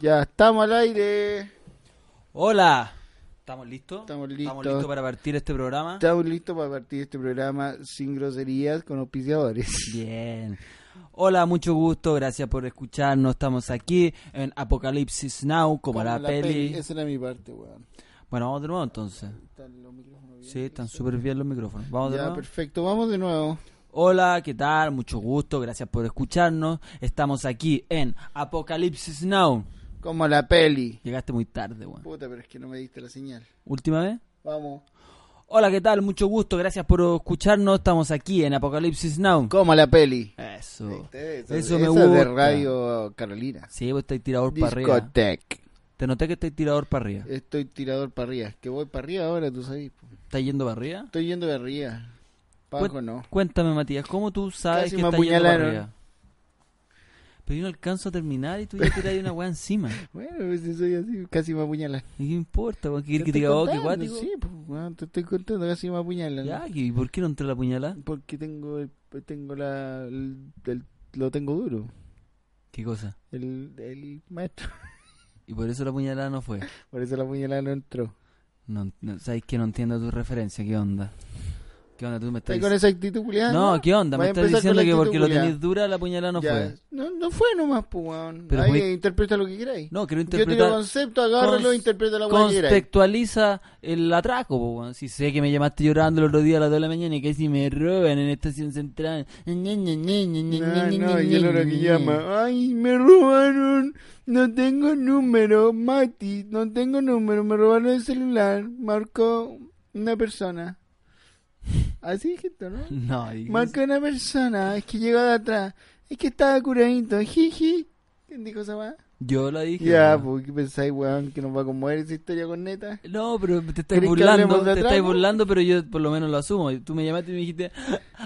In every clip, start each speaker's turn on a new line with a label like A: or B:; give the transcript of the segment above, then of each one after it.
A: Ya estamos al aire.
B: Hola, ¿estamos listos?
A: Estamos
B: ¿Estamos
A: listos.
B: listos para partir este programa?
A: Estamos listos para partir este programa sin groserías con auspiciadores.
B: Bien. Hola, mucho gusto, gracias por escucharnos. Estamos aquí en Apocalipsis Now, como, la, peli.
A: Esa era mi parte, weón.
B: Bueno, vamos de nuevo entonces.
A: Están los micrófonos bien.
B: Sí, están súper bien los micrófonos. Vamos de
A: Ya,
B: nuevo.
A: perfecto. Vamos de nuevo.
B: Hola, ¿qué tal? Mucho gusto, gracias por escucharnos. Estamos aquí en Apocalipsis Now.
A: Como la peli.
B: Llegaste muy tarde, weón.
A: Puta, pero es que no me diste la señal.
B: ¿Última vez?
A: Vamos.
B: Hola, ¿qué tal? Mucho gusto, gracias por escucharnos. Estamos aquí en Apocalipsis Now.
A: Como la peli.
B: Eso.
A: Eso,
B: Eso me
A: esa de
B: gusta.
A: Radio Carolina.
B: Sí, vos estáis tirador para arriba.
A: Discotec.
B: Te noté que estáis tirador para arriba.
A: Estoy tirador para arriba. Que voy para arriba ahora, tú sabes. po.
B: ¿Estás yendo para arriba?
A: Estoy yendo de arriba. Paco
B: Cuen-
A: no.
B: Cuéntame, Matías, ¿cómo tú sabes
A: Casi
B: que
A: me
B: estás yendo para
A: apuñalaron.
B: arriba? Pero yo no alcanzo a terminar y tú ya tiras una weá encima.
A: Bueno, pues si soy así, casi me apuñalan.
B: ¿Y qué importa? weón? ¿Qué quieres que te
A: estoy
B: diga, oh, qué
A: contando,
B: guático?
A: Sí, pues, weón, te estoy contando, casi me apuñalan.
B: Ya, ¿y por qué no entró la puñalada?
A: Porque tengo el- tengo la el- el- lo tengo duro.
B: ¿Qué cosa?
A: El, el maestro.
B: Y por eso la puñalada no fue.
A: Por eso la puñalada no entró.
B: No, no, ¿Sabes que no entiendo tu referencia? ¿Qué onda? ¿Qué onda tú me estás
A: ¿Estás con esa
B: diciendo?
A: actitud culiada?
B: No, ¿qué onda? Me
A: Vas a
B: estás
A: empezar con la
B: diciendo que
A: actitud
B: porque lo
A: culiá.
B: tenés dura la puñalada no
A: Ya,
B: fue.
A: No, no fue nomás, pues, weón.
B: Pero
A: Ahí
B: fue-
A: interpreta lo que queráis.
B: No, quiero
A: Yo tiro
B: interpretar.
A: concepto, agárralo,
B: cons-
A: interpreta la weá que queráis.
B: Contextualiza el atraco, po, weón. Si sé que me llamaste llorando el otro día a las 2 de la mañana y que si me roban en estación central.
A: No, Ah, no, y el otro que llama. Ay, me robaron. No tengo número, Mati. No tengo número. Me robaron el celular. Marcó una persona. Así dijiste, ¿no?
B: No, dije,
A: Marcó una persona. Es que llegó de atrás. Es que estaba curadito. Jiji. ¿Quién dijo esa weá?
B: yo la dije.
A: Ya,
B: weón.
A: pues, ¿qué pensáis, weón? Que nos va a conmover esa historia con neta.
B: No, pero te estás
A: ¿Querés que
B: burlando,
A: hablemos de
B: te estás
A: atraco?
B: burlando, pero yo por lo menos lo asumo. Y Tú me llamaste y me dijiste,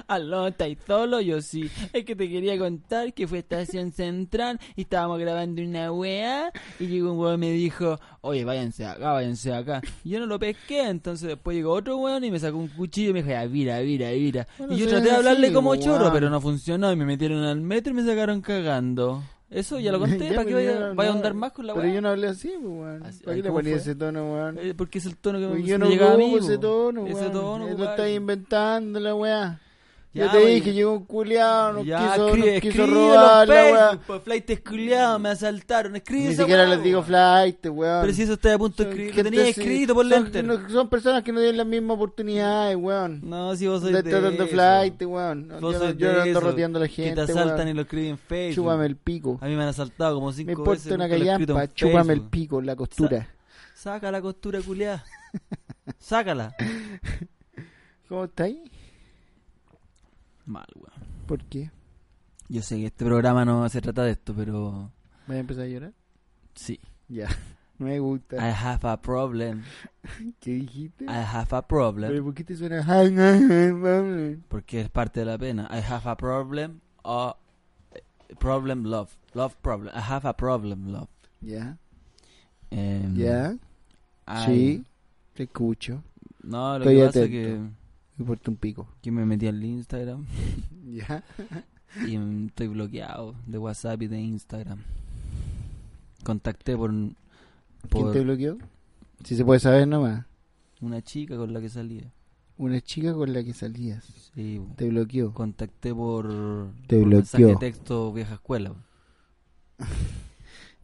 B: aló, ¿estáis solo? Yo sí. Es que te quería contar que fue a Estación Central y estábamos grabando una weá y llegó un weón y me dijo, oye, váyanse acá, váyanse acá. Y yo no lo pesqué, entonces después llegó otro weón y me sacó un cuchillo y me dijo, ya, vira, vira, vira.
A: Bueno,
B: y yo
A: sí,
B: traté de hablarle
A: sí,
B: como
A: weón.
B: choro, pero no funcionó y me metieron al metro y me sacaron cagando. Eso ya lo conté,
A: Ya,
B: ¿para que
A: pero yo
B: vaya,
A: no-
B: vaya a
A: no,
B: andar más con la
A: Pero yo
B: weá?
A: no hablé así, pues, weón.
B: Así-
A: ¿Para
B: ay,
A: qué le
B: ¿cómo
A: ponía
B: fue?
A: ese tono, weón?
B: Eh, Porque es el tono que me,
A: Porque
B: me
A: Pues yo no
B: llegaba a mí.
A: ocupo ese
B: po.
A: tono,
B: Ese
A: weón.
B: tono,
A: Tú
B: weón.
A: estás inventando la weá.
B: Ya,
A: yo te
B: weón.
A: dije, llegó un culiao, nos
B: Ya,
A: quiso,
B: escribe-
A: nos quiso
B: escríbelo en
A: robar la
B: Facebook,
A: weá.
B: po, flaites culiados, me asaltaron. Escribe
A: Ni
B: esa
A: siquiera
B: weá,
A: les digo
B: weón.
A: flight, weón.
B: Pero si eso está a punto de
A: Son
B: escribir, lo
A: gente
B: tenía
A: así-
B: escrito por
A: son-
B: Lenter.
A: no- Son personas que no tienen las mismas oportunidades, weón.
B: No, si vos sois
A: Estás
B: de
A: tratando
B: eso.
A: flight, weón. No,
B: Vos
A: Yo no-
B: sois
A: yo
B: de
A: no ando
B: eso,
A: roteando a la
B: Que te
A: gente,
B: asaltan
A: weón.
B: y lo escriben en Facebook.
A: Chúpame el pico.
B: A mí me han asaltado como
A: Me
B: cinco veces.
A: importa una
B: nunca lo he escrito
A: callampa,
B: en
A: chúpame el
B: Facebook.
A: pico, la costura.
B: Saca la costura culiada. Sácala.
A: ¿Cómo está ahí?
B: Mal, weón.
A: ¿Por qué?
B: Yo sé que este programa no se trata de esto, pero
A: ¿Me voy a empezar a llorar?
B: sí.
A: Ya. Me gusta.
B: I have a problem.
A: ¿Qué dijiste?
B: I have a problem.
A: Pero ¿por qué te suena? Ay, ay, ay, mami.
B: Porque es parte de la pena. I have a problem o problem love. Love problem. I have a problem love.
A: Ya,
B: Em,
A: ya,
B: I-
A: sí, te escucho.
B: No, lo
A: Estoy
B: que pasa es que,
A: atento. Me importa un pico.
B: que me metí al Instagram
A: Ya.
B: y mm, estoy bloqueado de WhatsApp y de Instagram. Contacté por, un-
A: ¿Quién
B: por
A: te bloqueó? Si se puede saber nomás.
B: una chica con la que salía.
A: Una chica con la que salías.
B: Sí, bo.
A: Te bloqueó.
B: contacté por,
A: Te
B: por mensaje de
A: bloqueó.
B: texto vieja escuela. bo.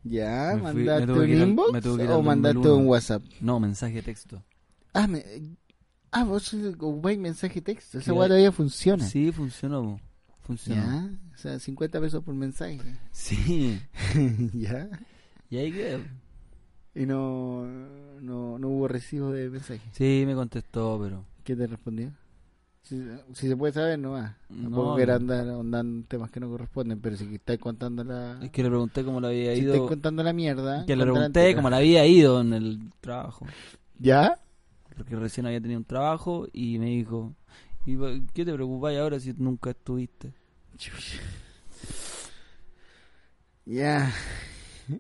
A: Ya,
B: Me fui- me
A: mandaste
B: tuve que
A: un
B: ir al-
A: inbox
B: me tuve que ir al
A: o mandaste
B: 2001.
A: un WhatsApp.
B: No, mensaje de texto.
A: Ah, me... ah vos sos- ocupáis mensaje texto. Esa
B: Claro.
A: weá todavía funciona.
B: Sí, funcionó. bo. Funcionó.
A: Ya. O sea, 50 pesos por mensaje.
B: Sí.
A: ya.
B: Y ahí quedó.
A: Y no, no, no hubo recibo de mensaje.
B: Sí, me contestó, pero.
A: ¿Qué te respondió? Si, si se puede saber, nomás.
B: No,
A: Tampoco
B: no.
A: quiero andar ahondando en temas que no corresponden, pero si estáis contando la.
B: Es que le pregunté cómo le había
A: Si estáis
B: ido.
A: contando la mierda.
B: Que le
A: contala
B: pregunté
A: entera.
B: cómo le había ido en el trabajo.
A: ¿Ya?
B: Porque recién había tenido un trabajo y me dijo: "¿Y pa- ¿Qué te preocupáis ahora si nunca estuviste?
A: Chucha. Ya.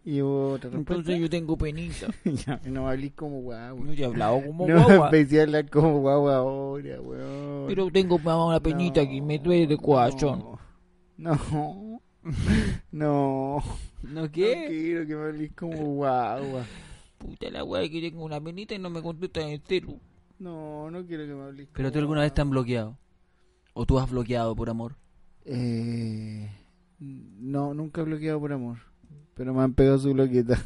A: Y hubo otra respuesta.
B: yo tengo penita.
A: Ya, no hablís como guagua.
B: he hablado como
A: no empecé a hablar como guagua ahora, weón.
B: tengo una
A: No, No. No.
B: ¿No
A: No
B: qué?
A: quiero que me hables como guagua.
B: Puta la weá, que tengo una penita y no me contestan el celu.
A: No, no quiero que me hables
B: Pero tú
A: como
B: alguna vez te
A: guagua.
B: han bloqueado. O tú has bloqueado por amor.
A: Eh, no, nunca he bloqueado por amor. Pero me han pegado su bloqueta.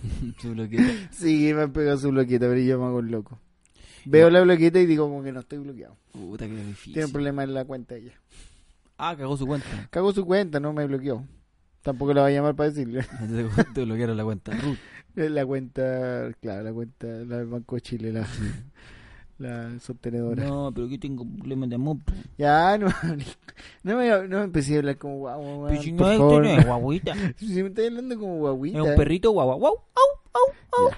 B: Tú bloqueas.
A: Sí, me han pegado su bloqueta, pero yo me hago el loco. Veo la bloqueta y digo como que no estoy bloqueado.
B: Puta que
A: Tiene un
B: difícil.
A: problema en la cuenta ella.
B: Ah, cagó su cuenta.
A: Cago su cuenta, no me bloqueó. Tampoco la va a llamar para decirle.
B: Te- Te bloquearon la cuenta. Ruth.
A: La cuenta, claro, la cuenta, la del Banco de Chile, la, la sostenedora.
B: No, pero que tengo problemas de amor. po.
A: Ya, no, no, me, no me empecé a hablar como guau, guau,
B: Pero si
A: guau,
B: no
A: por favor.
B: es, este no es guaguita. Es
A: Si me estás hablando como guaguita.
B: un perrito guau, guau, guau, au, au, au.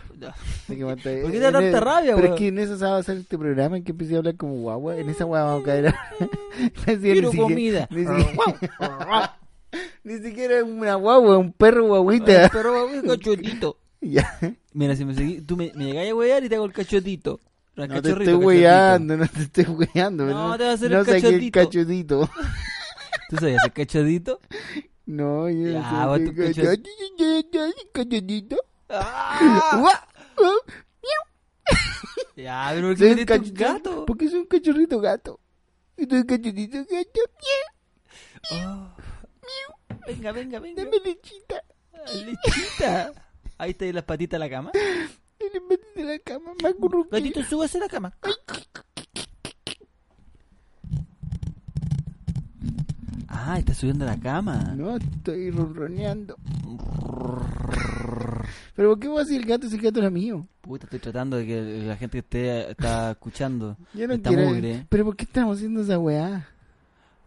A: Hay que aguantar.
B: ¿Por qué te da
A: En
B: tanta
A: el-
B: rabia,
A: Pero
B: weón?
A: es que en eso se va a hacer este programa en que empecé a hablar como guagua. En esa guagua vamos a caer. Así, ni
B: Eh, Quiero
A: siquiera-
B: comida.
A: Ni
B: Guau,
A: siquiera,
B: guau.
A: ni siquiera es una guagua, un perro guaguita.
B: Pero guau, cachotito.
A: Ya.
B: Mira, si me seguís, tú me, me llegáis a huear y te hago el cachotito. El
A: No te
B: cachorrito,
A: estoy
B: cachotito.
A: hueando, no te estoy hueando.
B: No, te va a hacer
A: no
B: el
A: saqué el
B: cachotito.
A: cachotito.
B: ¿Tú sabías el cachotito?
A: No, yo
B: Ya,
A: no
B: va
A: sé
B: tu
A: qué-
B: cacho-
A: cachotito.
B: ¡Ah!
A: Guau, guau.
B: Ya, pero
A: Soy
B: ¿por qué
A: un
B: metes un
A: cachorrito-
B: gato?
A: Porque soy un cachorrito gato. Soy un cachorrito gato.
B: Oh. Venga, venga, venga. Ah,
A: Dame lechita.
B: Lechita. Ahí está ahí las patitas a la cama.
A: Dale patita de la cama. Me acurruqué.
B: Gatito, súbase a la cama. Ah, está subiendo a la cama.
A: No, estoy ronroneando. Pero ¿por qué vos así el gato si el gato era mío?
B: Puta, estoy tratando de que la gente que esté está escuchando.
A: Yo no
B: Está
A: quiero.
B: mugre.
A: Pero ¿por qué estamos haciendo esa weá?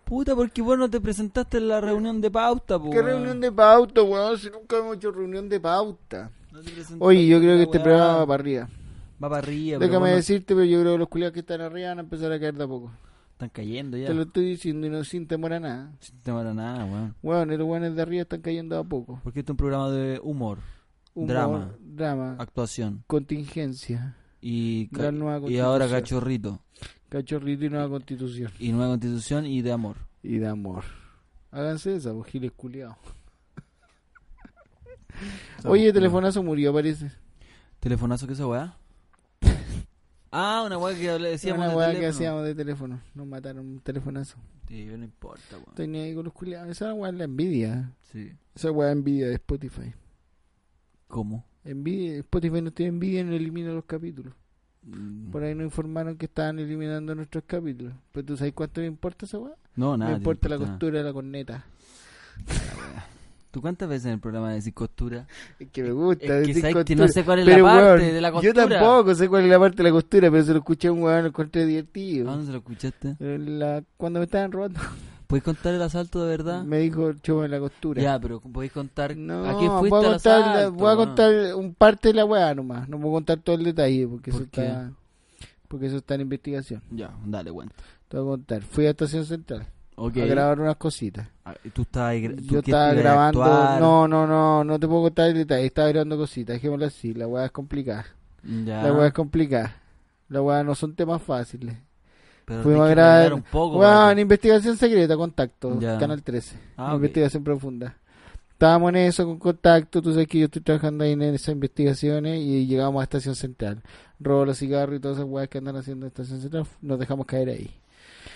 B: Puta, porque vos no te presentaste en la reunión de pauta, po.
A: ¿Qué
B: weón.
A: reunión de pauta, weón? Si nunca hemos hecho reunión de pauta.
B: No te presentaste
A: Oye, yo creo
B: en
A: que
B: la
A: este
B: weá.
A: programa va para arriba.
B: Va para arriba, pero
A: Déjame
B: vos no-
A: decirte, pero yo creo que los culiados que están arriba van a empezar a caer de a poco.
B: Están cayendo ya.
A: Te lo estoy diciendo y no sin temor a nada.
B: Sin temor a nada, weón.
A: Weón, los weones de arriba están cayendo de a poco.
B: Porque este es un programa de humor,
A: Humor,
B: Drama.
A: Drama.
B: actuación
A: Contingencia.
B: y, ca-
A: La nueva
B: y ahora
A: constitución.
B: cachorrito
A: Cachorrito y nueva constitución.
B: y nueva constitución y de amor.
A: y de amor. Háganse esa, vos giles culiao. Oye, telefonazo murió, parece.
B: ¿Telefonazo que esa weá? ah, una weá que
A: Hacíamos
B: habl- decíamos
A: una
B: del
A: weá que
B: teléfono.
A: hacíamos de teléfono. Nos mataron un telefonazo.
B: Sí, pero no importa, weón.
A: Tenía ahí con los culiados. Esa weá es la envidia.
B: Sí.
A: Esa weá es envidia de Spotify.
B: ¿Cómo?
A: Envidia, Spotify no tiene envidia y no elimina los capítulos.
B: Mm,
A: Por ahí nos informaron que estaban eliminando nuestros capítulos. Pero tú sabes cuánto me importa esa weá.
B: No, nada.
A: me
B: te
A: importa la
B: nada.
A: costura de la corneta.
B: ¿Tú cuántas veces en el programa decís costura?
A: Es que me gusta.
B: Es que,
A: decir
B: sabes que
A: costura.
B: no sé cuál es la
A: Pero,
B: parte
A: weón,
B: de la
A: Yo
B: costura.
A: tampoco sé cuál es la parte de la costura, pero se lo escuché a un weón, lo encontré
B: ¿A
A: divertido.
B: dónde se lo escuchaste?
A: La- cuando me estaban robando,
B: ¿Puedes contar el asalto de verdad?
A: me dijo chúpame la costura.
B: Ya, pero ¿podéis contar
A: No,
B: a qué fuiste
A: voy a
B: al
A: contar, la-
B: asalto,
A: voy a
B: weón?
A: contar un parte de la weá nomás. No puedo contar todo el detalle porque,
B: ¿Por
A: eso, Está, porque eso está en investigación.
B: Ya, dale, cuenta.
A: Te voy a contar. Fui a Estación Central
B: Ok.
A: a grabar unas cositas.
B: Ah, Tú estabas, gra- tú
A: Yo
B: que
A: estaba
B: ibas a
A: grabando.
B: actuar.
A: No, no, no, no te puedo contar el detalle. Estaba grabando cositas. Dejémoslo así. La weá es complicada.
B: Ya.
A: La weá es complicada. La weá no son temas fáciles.
B: Pero
A: fuimos a
B: tenés que
A: grabar-
B: mandar un poco.
A: Weón,
B: para que-
A: investigación secreta, contacto,
B: Ya.
A: Canal 13.
B: Ah, ok.
A: Investigación profunda. Estábamos en eso con contacto, tú sabes que yo estoy trabajando ahí en esas investigaciones y llegamos a Estación Central. Robo los cigarros y todas esas weas que andan haciendo en Estación Central, nos dejamos caer ahí.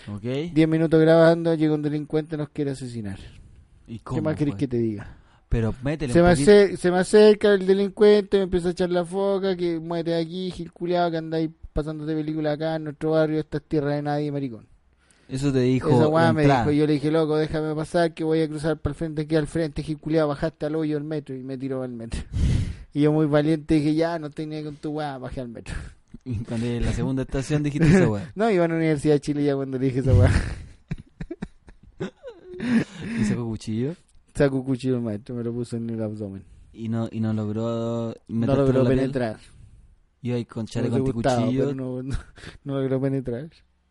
B: Ok.
A: Diez minutos grabando, llega un delincuente y nos quiere asesinar.
B: ¿Y
A: ¿Qué
B: cómo
A: más querés
B: fue?
A: que te diga?
B: Pero métele
A: Se
B: un
A: me,
B: poquito.
A: acer- se me acerca el delincuente, me empieza a echar la foca, que muere aquí, gil culiao, que andáis pasándote película acá en nuestro barrio, estas tierras de nadie, maricón.
B: Eso te dijo.
A: Esa weá me
B: entrada.
A: dijo, yo le dije, loco, déjame pasar que voy a cruzar para el frente, aquí al frente, Giculeado, bajaste al hoyo del metro y me tiró al metro. Y yo muy valiente dije, ya, no tenía con tu weá, bajé al metro.
B: Y cuando en la segunda estación dijiste esa weá.
A: No, iba a la Universidad de Chile ya cuando le dije esa weá.
B: Y sacó cuchillo.
A: Sacó un cuchillo el maestro, me lo puso en el abdomen.
B: Y no, y no logró.
A: No
B: metértelo
A: logró
B: en la piel.
A: penetrar.
B: Iba ahí con
A: No
B: chaleco
A: le gustaba,
B: anticuchillo.
A: pero no, no, no logró penetrar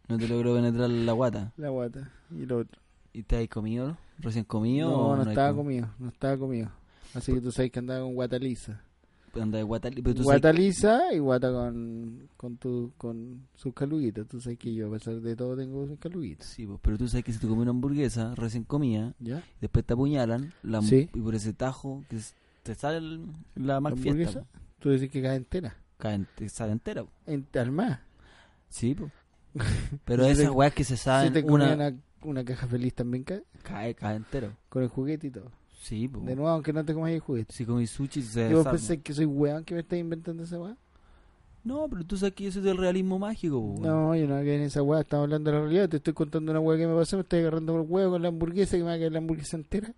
B: No te logró penetrar la guata.
A: la guata. Y lo otro.
B: ¿Y te has comido? ¿Recién comido?
A: No,
B: o
A: no,
B: hay
A: estaba
B: com-
A: comido, no estaba comido. Así que tú sabes que andaba con guata lisa.
B: Anda de guata. Pero tú sabes-
A: Guata lisa y guata con, con, tu, con sus caluguitas. Tú sabes que yo, a pesar de todo, tengo sus caluguitas.
B: Sí, pues, pero tú sabes que si tú comes una hamburguesa recién comida,
A: ¿Ya?
B: después te apuñalan la,
A: Sí.
B: y por ese tajo que es- te sale el- la más fiesta.
A: hamburguesa? Tú decís que cae entera.
B: po. Cae en- te sale entera. po.
A: En, al más.
B: Sí, po. Pero
A: Si te-
B: esas weas que se
A: Si
B: saben,
A: te comían
B: una
A: una... una caja feliz también cae.
B: cae, cae entero.
A: Con el juguete y todo.
B: Sí, po.
A: De nuevo, aunque no pues, te comas el juguete.
B: Si comí sushi se
A: Yo
B: desarma.
A: pensé que soy weón que me estás inventando esa weá.
B: No, pero tú sabes que yo soy del realismo mágico, po. weón.
A: No, yo no que en esa weá. Estamos hablando de la realidad. Te estoy contando una weá que me pasó. Me estoy agarrando por el huevo con la hamburguesa que me va a caer la hamburguesa entera.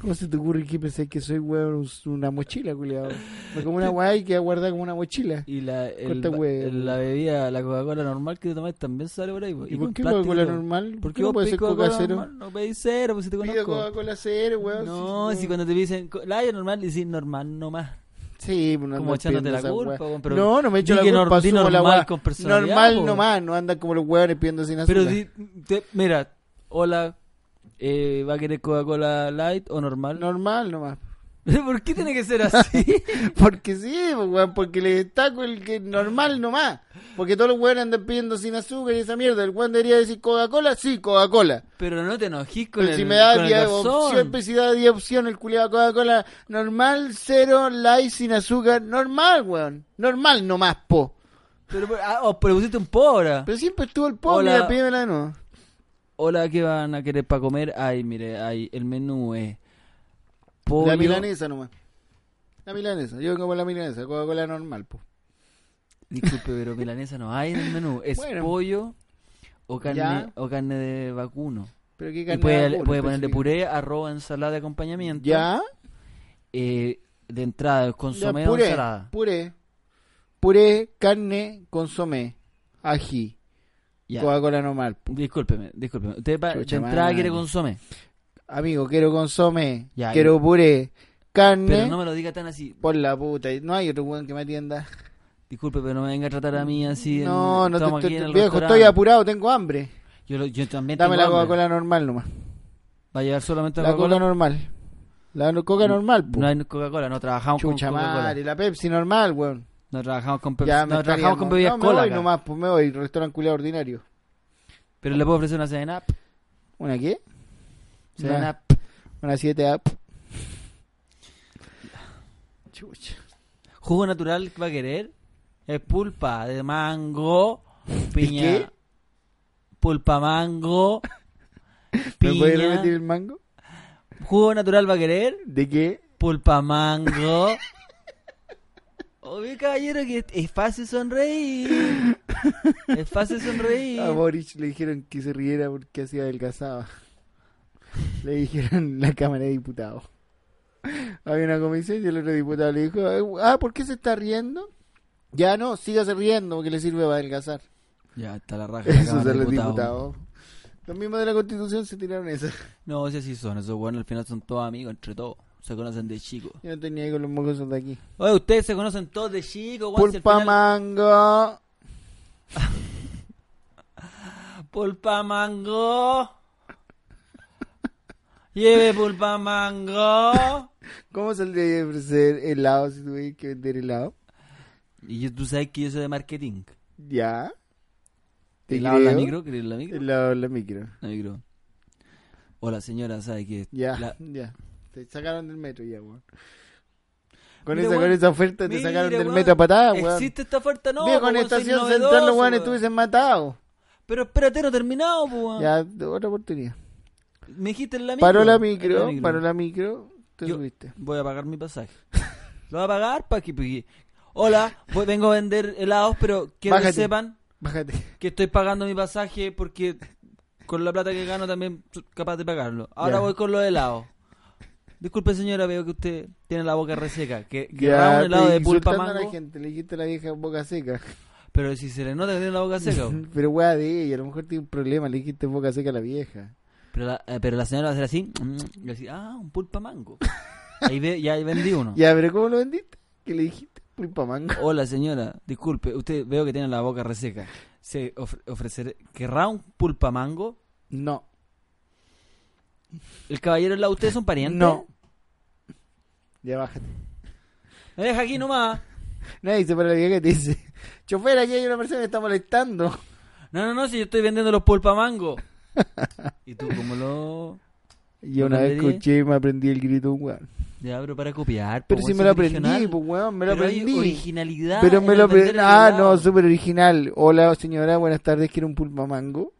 A: ¿Cómo se te ocurre que pensé que soy weón un- una mochila, culiado? Me como una weá y queda guardada como una mochila.
B: Y la, el,
A: Corta huevo.
B: el- la bebida, la Coca-Cola normal que te tomas también sale por ahí. po.
A: ¿Y,
B: con
A: por qué
B: plástico
A: Coca-Cola
B: y todo.
A: normal? ¿Por
B: ¿Por
A: qué
B: qué
A: no
B: vos
A: puede
B: pedís
A: ser
B: Coca-Cola
A: Coca cero?
B: normal? No pedís cero, pues si te
A: Pido
B: conozco.
A: Coca-Cola cero, weón.
B: no, si cuando te dicen co- la ya normal, decís normal nomás.
A: Sí, pues no
B: como
A: andan
B: echándote
A: pidiendo
B: la
A: esa
B: culpa,
A: weá.
B: weón, pero
A: no, no me echo
B: di
A: la
B: que
A: culpa,
B: nor- di
A: asumo la
B: normal
A: weá.
B: con personalidad,
A: Normal
B: po.
A: nomás, no andan como los huevones pidiendo sin azúcar.
B: Pero di, te- mira, hola, eh, ¿va a querer Coca-Cola light o normal?
A: Normal nomás.
B: ¿Por qué tiene que ser así?
A: Porque sí, pues, weón, porque le destaco el que normal nomás. Porque todos los weones andan pidiendo sin azúcar y esa mierda. El weón debería decir Coca-Cola, sí, Coca-Cola.
B: pero no te enojís con
A: Pero
B: el
A: si me da
B: con el
A: 10
B: garzón.
A: opciones, si da 10 opciones el culiado Coca-Cola, normal, cero, light, sin azúcar, normal, weón. Normal nomás, po.
B: Pero, pero- ah, oh, pero pusiste un pobre.
A: Pero siempre estuvo el pobre,
B: Hola.
A: la pídemela de nuevo.
B: Hola, ¿qué van a querer para comer? Ay, mire, ay, el menú es
A: La
B: pollo,
A: milanesa nomás. La milanesa, yo vengo por la milanesa, Coca-Cola normal, po.
B: Disculpe, pero milanesa no hay en el menú. Es
A: Bueno.
B: pollo o carne,
A: Ya.
B: o carne de vacuno.
A: Pero qué
B: Y
A: carne
B: puede,
A: de vacuno,
B: puede ponerle
A: específica.
B: puré, arroz, ensalada de acompañamiento.
A: ¿Ya?
B: Eh, de entrada,
A: Ya,
B: consomé o
A: puré,
B: ensalada.
A: puré, puré, carne, consomé, ají,
B: Ya.
A: Coca-Cola normal.
B: Discúlpeme, discúlpeme. Usted pa- de
A: Chucha
B: entrada
A: madre.
B: quiere consomé.
A: Amigo, quiero consomé,
B: Ya,
A: quiero puré, carne,
B: Pero no me lo diga tan así.
A: por la puta, no hay otro weón que me atienda.
B: Disculpe, pero no me venga a tratar a mí así. en-
A: no, no, te,
B: estamos
A: te-
B: aquí en
A: te-
B: el
A: viejo,
B: restaurante. Este
A: estoy apurado, tengo hambre.
B: Yo, lo- yo también
A: Dame
B: tengo
A: la
B: hambre.
A: Coca-Cola normal nomás.
B: Va a llegar solamente
A: La
B: Coca-Cola.
A: Coca normal. La no- Coca
B: No-
A: normal, po.
B: No hay Coca-Cola, no trabajamos
A: Chucha
B: con Coca-Cola.
A: madre, la Pepsi normal, weón.
B: No trabajamos con Pepsi,
A: Ya me
B: no
A: estaría
B: trabajamos con
A: mo-
B: bebidas
A: no, me
B: cola.
A: voy
B: acá.
A: nomás, pues me voy, restaurante culiao ordinario.
B: Pero le puedo ofrecer una 7-Up.
A: ¿Una qué? Una-
B: 7-Up.
A: Una 7 up. Chucha.
B: Jugo natural que va a querer es pulpa de mango, piña.
A: qué?
B: Pulpa mango,
A: ¿Me puedes
B: piña.
A: repetir el mango?
B: Jugo natural va a querer
A: ¿De qué?
B: pulpa mango. Obvio, caballero, que es- es fácil sonreír. Es fácil sonreír.
A: A Boric le dijeron que se riera porque así adelgazaba. Le dijeron la Cámara de Diputados. Había una comisión y el otro diputado le dijo, ah, ¿por qué se está riendo? Ya no, sígase riendo porque le sirve para adelgazar.
B: Ya está la raja. la
A: Eso
B: Cámara
A: son
B: de
A: los
B: Diputados.
A: diputados. Los mismos de la Constitución se tiraron eso.
B: No, si así son. Esos buenos al final son todos amigos entre todos. Se conocen de chico.
A: Yo no tenía ahí con los mocosos de aquí.
B: Oye, ustedes se conocen todos de chico, weón. si al
A: Pulpa
B: final-
A: mango.
B: Pulpa mango. Lleve pulpa mango.
A: ¿Cómo saldría a ofrecer helado si tuviera que vender helado?
B: Y yo- tú sabes que yo soy de marketing.
A: Ya. Te
B: ¿Helado en la
A: creo.
B: micro? ¿Querés la micro?
A: Helado en la micro.
B: La micro. Hola señora, ¿sabe qué?
A: Ya,
B: La-
A: ya. Te sacaron del metro ya, weón. Con,
B: Mira,
A: esa, con
B: weón.
A: esa oferta te
B: Mira,
A: sacaron del
B: weón,
A: metro a patadas, weón.
B: ¿Existe esta oferta? No,
A: Mira,
B: po,
A: con
B: weón, soy
A: estación
B: novedoso,
A: central los
B: weón.
A: weones estuviesen matados.
B: Pero espérate, no he terminado, po, weón.
A: Ya, otra oportunidad.
B: Me dijiste en la micro.
A: Paró la
B: En
A: micro, paró la micro, te
B: Yo-
A: subiste.
B: Voy a pagar mi pasaje. Lo voy a pagar para que... pa' que- Hola, voy- vengo a vender helados, pero quiero
A: Bájate.
B: que sepan
A: Bájate.
B: que estoy pagando mi pasaje porque con la plata que gano también soy capaz de pagarlo. Ahora
A: Ya.
B: voy con los helados. Disculpe señora, veo que usted tiene la boca reseca. Que querrá
A: Ya,
B: un helado
A: te
B: de pulpa
A: insultando a la
B: mango,
A: gente, le dijiste a la vieja boca seca.
B: pero si se le nota que tiene la boca seca. po.
A: Pero weá de ella, a lo mejor tiene un problema, le dijiste boca seca a la vieja.
B: Pero la, eh, pero la señora va a hacer así, y así, ah, un pulpa mango. Ahí ve, ya ahí vendí uno.
A: Ya, pero ¿cómo lo vendiste? ¿Qué le dijiste? Pulpa mango.
B: Hola señora, disculpe, usted veo que tiene la boca reseca. Se ofre- ofrecer, ¿Querrá un pulpa mango?
A: No.
B: ¿El caballero es la usted son parientes?
A: No. Ya bájate.
B: Me deja aquí nomás.
A: Nadie se para la vieja que te dice, chofer, aquí hay una persona que está molestando.
B: No, no, no, si yo estoy vendiendo los pulpa mango. ¿Y tú cómo lo...?
A: Yo
B: ¿Lo
A: una vez
B: aprendería?
A: escuché y me aprendí el grito de un weón.
B: Ya, pero para copiar. po,
A: Pero
B: weón,
A: si me
B: soy
A: lo aprendí,
B: original.
A: pues weón, me lo
B: Pero hay
A: aprendí.
B: originalidad.
A: Pero
B: en
A: me lo aprendí.
B: aprender el
A: Ah, no,
B: lado.
A: súper original. Hola señora, buenas tardes, quiero un pulmamango.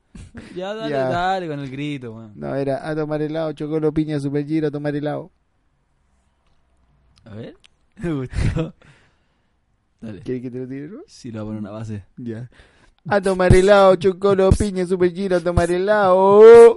B: Ya, dale,
A: Ya.
B: dale con el grito, weón.
A: No, era a tomar helado, chocolo, piña, super giro, a tomar helado.
B: A ver. Me gustó. Dale.
A: ¿Quieres que te lo tire? de nuevo?
B: Si lo voy a poner una base.
A: Ya. A tomar helado, chocolo, piña, super giro, a tomar helado.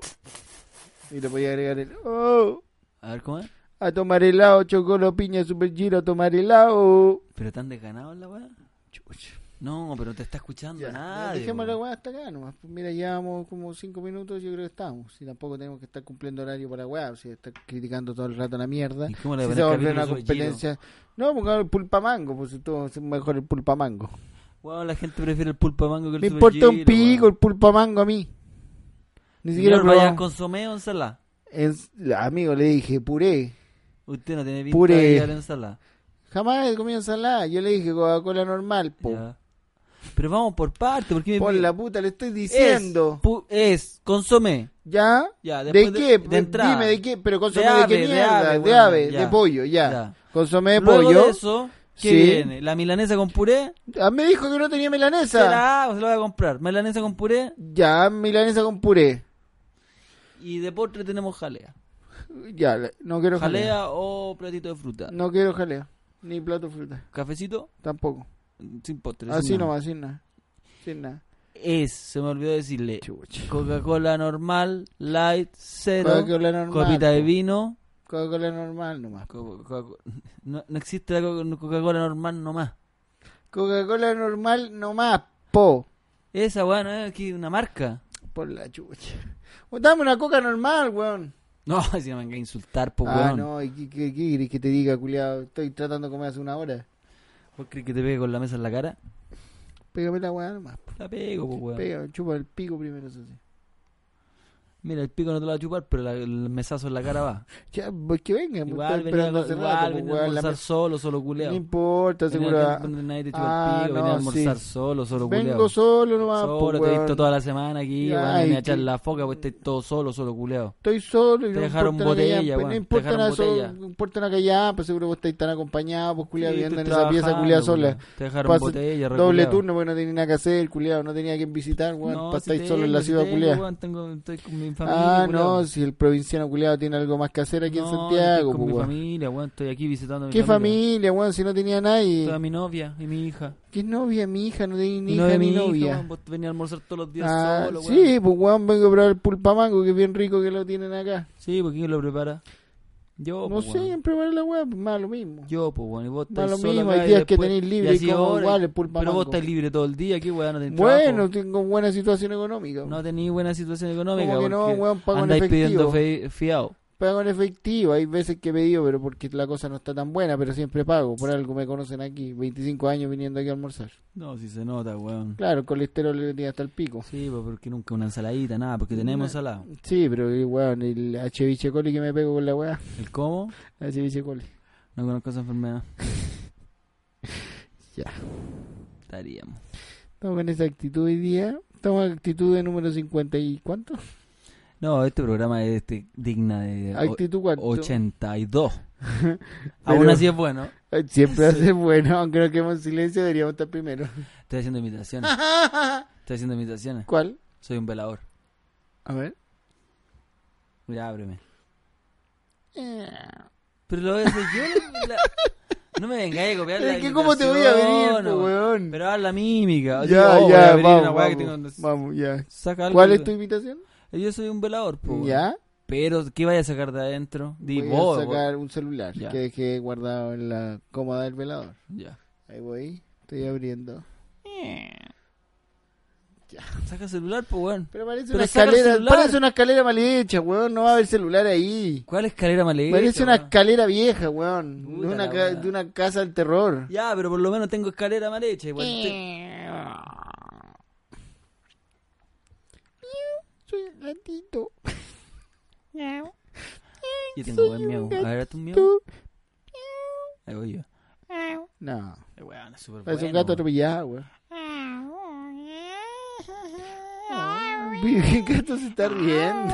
A: Y le podía agregar el... Oh.
B: A ver cómo es.
A: A tomar helado, chocolo, piña, super giro, a tomar helado.
B: Pero tan desganado la weá.
A: Chucha.
B: No, pero te está escuchando
A: Ya,
B: nadie.
A: dejemos la
B: weón.
A: weá hasta acá nomás. Pues mira, llevamos como cinco minutos, yo creo que estamos. Si tampoco tenemos que estar cumpliendo horario para weá, si estar criticando todo el rato la mierda.
B: ¿Y cómo le
A: Si
B: pones
A: se va a volver
B: capítulo
A: una
B: sobre
A: competencia. No, pongamos el pulpamango, pues si todo es mejor el pulpamango.
B: Giro? Weón, la gente prefiere el pulpa mango que el
A: Me
B: Super
A: importa un
B: Giro,
A: pico
B: weón.
A: el pulpamango a mí. Ni siquiera
B: Señor,
A: lo
B: vaya
A: probamos.
B: consomé o ensalada.
A: Es- Amigo, le dije puré.
B: Usted no tiene pinta
A: Puré.
B: de llevar ensalada.
A: Jamás he comido ensalada. Yo le dije Coca-Cola normal, po.
B: Ya. Pero vamos por parte, porque me
A: Por la puta, le estoy diciendo.
B: Es, pu- es consomé.
A: ¿Ya?
B: Ya,
A: ¿De
B: después
A: qué?
B: De, entrada.
A: Dime de qué, pero consomé de,
B: De ave,
A: qué
B: de
A: mierda, de
B: ave,
A: ave, de,
B: bueno, ya.
A: pollo, ya.
B: Ya.
A: Consomé de
B: Luego
A: pollo.
B: de eso, ¿qué
A: Sí.
B: viene? ¿La milanesa con puré?
A: Ah, me dijo que no tenía
B: Se
A: milanesa.
B: la hago, se la voy a comprar. Milanesa con puré
A: Ya, milanesa con puré.
B: y de postre tenemos jalea.
A: Ya, la- no quiero
B: jalea.
A: jalea.
B: o platito de fruta.
A: No quiero jalea. Ni plato de fruta,
B: Cafecito
A: tampoco.
B: sin postre.
A: Así
B: sin nada.
A: nomás, sin nada. Sin nada.
B: Es, se me olvidó decirle,
A: Chucha.
B: Coca-Cola normal, light, cero,
A: Coca-Cola normal.
B: copita de
A: po.
B: vino.
A: Coca-Cola normal nomás.
B: Co- co- No, no existe la co- Coca-Cola normal nomás.
A: Coca-Cola normal nomás, po.
B: Esa, weón, no es aquí una marca.
A: Por la chucha. O Dame una coca normal, weón.
B: No, si no me venga a insultar, po,
A: ah,
B: Pues, weón.
A: no, ¿y qué, qué, qué querés que te diga, culiado? Estoy tratando de comer hace una hora.
B: ¿Vos crees que te pegue con la mesa en la cara?
A: Pégame la weá nomás. pues,
B: La pego, po, weón.
A: Pégame, chupa el pico primero, eso sí.
B: Mira, el pico no te lo va a chupar, pero la- el mesazo en la cara va.
A: Ya, pues que venga, pues,
B: Igual
A: estoy
B: venía a
A: esperando hace rato,
B: almorzar,
A: pues,
B: venía
A: weón,
B: a
A: la
B: almorzar
A: mesa-
B: solo, solo
A: No
B: culeo.
A: importa, seguro.
B: Venía a- nadie te chupa
A: Ah,
B: el pico, venía
A: no,
B: a almorzar
A: sí.
B: solo, solo
A: Vengo
B: culeado.
A: solo nomás,
B: Solo,
A: pues,
B: te he
A: weón.
B: visto toda la semana aquí,
A: Ya,
B: weón,
A: y
B: venía a echar
A: que-
B: la foca, pues estás todo solo, solo culeado.
A: Estoy solo y
B: Te
A: no
B: dejaron
A: importa nada que
B: botella,
A: haya- pues,
B: weón,
A: No
B: te
A: importa
B: dejaron
A: nada, solo-
B: botella.
A: no importa nada que allá, pues seguro vos estáis tan acompañados, pues culiado,
B: Sí,
A: viviendo en
B: estoy
A: esa pieza
B: trabajando,
A: culiada
B: culiao.
A: sola.
B: Te dejaron
A: Pasa-
B: botella,
A: Doble
B: reculeado.
A: turno, porque no tenía nada que hacer, culiado, no tenía quien visitar, weón,
B: No,
A: para
B: si
A: estar
B: te
A: solo en la
B: digo, si
A: ciudad
B: te digo,
A: culiada.
B: weón, tengo- estoy con mi familia.
A: Ah, no, si el provinciano culiado tiene algo más que hacer aquí en Santiago,
B: Estoy con
A: pues,
B: mi
A: weón.
B: familia, weón, estoy aquí visitando a mi
A: ¿Qué familia, weón? Si no tenía nadie.
B: Toda mi novia y mi hija.
A: ¿Qué novia, mi hija? No tenía ni
B: Mi
A: hija
B: novia,
A: ni
B: mi novia.
A: novia.
B: Hija, vos venía a almorzar todos los días
A: Ah,
B: solo, weón.
A: sí, pues weón, vengo a probar el pulpamango, que es bien rico que lo tienen acá.
B: Sí, porque quién lo prepara? Yo,
A: No
B: pues,
A: sé,
B: weón.
A: en preparar la weá, pues más lo mismo.
B: Yo, pues, weón. Y vos
A: Más
B: estás
A: lo
B: solo
A: mismo,
B: acá
A: hay
B: y
A: días que
B: después-
A: tenéis
B: y
A: libre
B: así
A: y como
B: ahora-
A: igual el pulpa
B: Pero vos
A: mango.
B: estás libre todo el día, qué weón, no tenés
A: Bueno,
B: trabajo.
A: tengo buena situación económica. pues.
B: No tenés buena situación económica,
A: Como que no,
B: porque
A: weón, pago en
B: andáis pidiendo
A: efectivo.
B: fe- fiado.
A: Pago en efectivo, hay veces que he pedido, pero porque la cosa no está tan buena, pero siempre pago. Por algo me conocen aquí, 25 años viniendo aquí a almorzar.
B: No, si se nota, weón.
A: Claro, el colesterol le tenía hasta el pico.
B: Sí, pues, porque nunca una ensaladita, nada, porque tenemos
A: Mm, Nah.
B: ensalada.
A: Sí, pero eh, weón, el H coli que me pego con la weá,
B: ¿El cómo?
A: H coli.
B: No conozco esa enfermedad.
A: Ya.
B: Estaríamos.
A: Estamos con esa actitud hoy día. Estamos en actitud de número 50 y cuánto?
B: No, este programa es este, digna de o-
A: Actitud cuánto.
B: 82.
A: Pero-
B: Aún así es bueno.
A: Eh, Siempre hace bueno, aunque nos quedemos en silencio, deberíamos estar primero.
B: Estoy
A: Ah.
B: haciendo imitaciones. Estoy haciendo imitaciones.
A: ¿Cuál?
B: Soy un velador.
A: A ver.
B: Mira, ábreme.
A: Eh.
B: Pero lo voy a hacer yo. la- No me vengáis a copiar la
A: Es que cómo te voy a
B: imitación,
A: venir, po,
B: no.
A: weón.
B: Pero haz la mímica. Digo,
A: ya,
B: oh, voy a
A: ya,
B: abrir
A: vamos,
B: una weá que
A: vamos,
B: tengo-
A: vamos, ya.
B: Saca algo
A: ¿Cuál
B: que-
A: es tu invitación?
B: Eh, Yo soy un velador, po.
A: ya.
B: Pero, ¿qué vaya a sacar de adentro? Di
A: voy
B: vos,
A: a
B: weón.
A: sacar un celular
B: Ya.
A: que dejé guardado en la cómoda del velador.
B: Ya.
A: Ahí voy, estoy abriendo.
B: Saca celular, pues, weón.
A: Pero parece
B: Pero
A: una
B: saca el
A: escalera,
B: celular.
A: parece una escalera mal hecha, weón, no va a haber celular ahí.
B: ¿Cuál escalera mal hecha,
A: Parece una
B: weón?
A: escalera vieja, weón, de
B: Puta
A: una,
B: la
A: ca-
B: weá.
A: de una casa del terror.
B: Ya, pero por lo menos tengo escalera mal hecha. Igual
A: Eh,
B: te-
A: Soy un gatito.
B: Yo tengo buen miau.
A: un
B: A ver, ¿tú un miau? Ahí voy yo.
A: No,
B: Eh, weón, es súper
A: parece un
B: bueno,
A: gato atropellado, weón.
C: Ah,
A: ¿Qué gato se está riendo?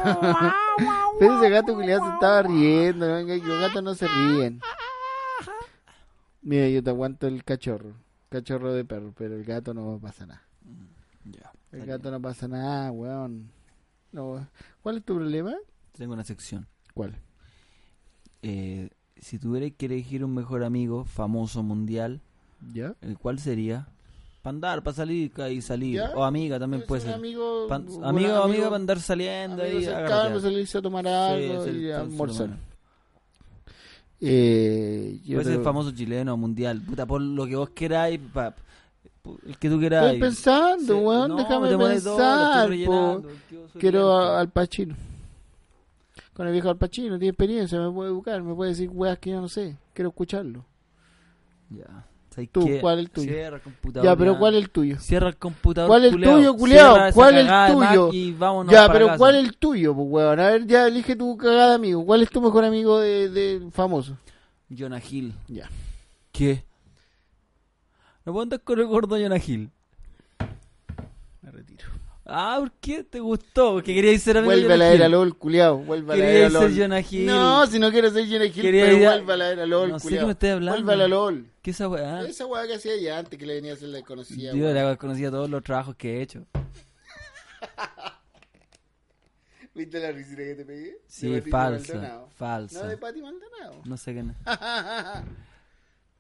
A: Pero ese gato culiado se tá estaba riendo. ¿no? Los gatos no se ríen. Mira, yo te aguanto el cachorro. Cachorro de perro, pero el gato no pasa nada.
B: Ya.
A: El gato no pasa nada, weón. No. ¿Cuál es tu problema?
B: Tengo una sección.
A: ¿Cuál?
B: Eh, si tuviera que elegir un mejor amigo famoso mundial,
A: ¿Ya?
B: ¿el cuál sería? Para andar, para salir ca- y salir.
A: Ya.
B: O amiga también
A: Es
B: puede
A: un
B: ser.
A: Amigo,
B: Pan-
A: bueno,
B: amigo,
A: amigo-
B: amiga para andar saliendo
A: amigo
B: y
A: cercano,
B: agarrotear.
A: salirse a tomar
B: Sí,
A: algo
B: es el-
A: y
B: es el
A: almorzar.
B: humano.
A: Eh, yo
B: Puede ser
A: creo-
B: famoso chileno, mundial. Puta, por lo que vos queráis, pap. Pu- El que tú queráis.
A: Estoy pensando,
B: Sí,
A: weón,
B: no, me
A: déjame
B: demoráis dos, lo estoy
A: pensar. po.
B: rellenando, yo soy
A: Quiero
B: lento.
A: a- al Pachino. Con el viejo al Pachino, tiene experiencia, me puede educar, me puede decir weas que yo no sé. Quiero escucharlo.
B: Ya. ¿Sabes
A: Tú,
B: qué?
A: ¿cuál es el tuyo?
B: Cierra el computador.
A: Ya, pero ¿cuál es el tuyo?
B: Cierra el computador.
A: ¿Cuál es el
B: culeado.
A: tuyo, culeado?
B: Cierra esa
A: ¿Cuál es el
B: cagada de
A: tuyo?
B: Mac Y vámonos
A: ya,
B: para
A: pero
B: casa.
A: ¿cuál es el tuyo, pues, weón? A ver, ya elige tu cagada amigo. ¿Cuál es tu mejor amigo de, de famoso?
B: Jonah Hill.
A: Ya.
B: ¿Qué? No puedo andar con el gordo Jonah Hill.
A: Me retiro.
B: Ah, ¿por qué te gustó? Porque queríais ser amigo de
A: Vuelve a la
B: Jonah
A: era
B: Hill.
A: LOL, culiao. Vuelve a la
B: Quería
A: era
B: ir ser
A: LOL.
B: Jonah Hill.
A: No, si no quiero ser Jonah Hill,
B: Quería
A: pero
B: ir a-
A: vuelve a la era LOL,
B: No sé
A: culiao.
B: qué me estás hablando. Ah.
A: Vuelve a la LOL.
B: ¿Qué esa weá?
A: Esa weá que hacía ya antes que le venía a hacer la conocida.
B: Yo
A: weón.
B: le conocía todos los trabajos que he hecho.
A: ¿Viste la risita que te pegué?
B: Sí,
A: De Patito
B: falsa,
A: Maldonado.
B: falsa.
A: No, de Pati Maldonado.
B: No sé qué. na-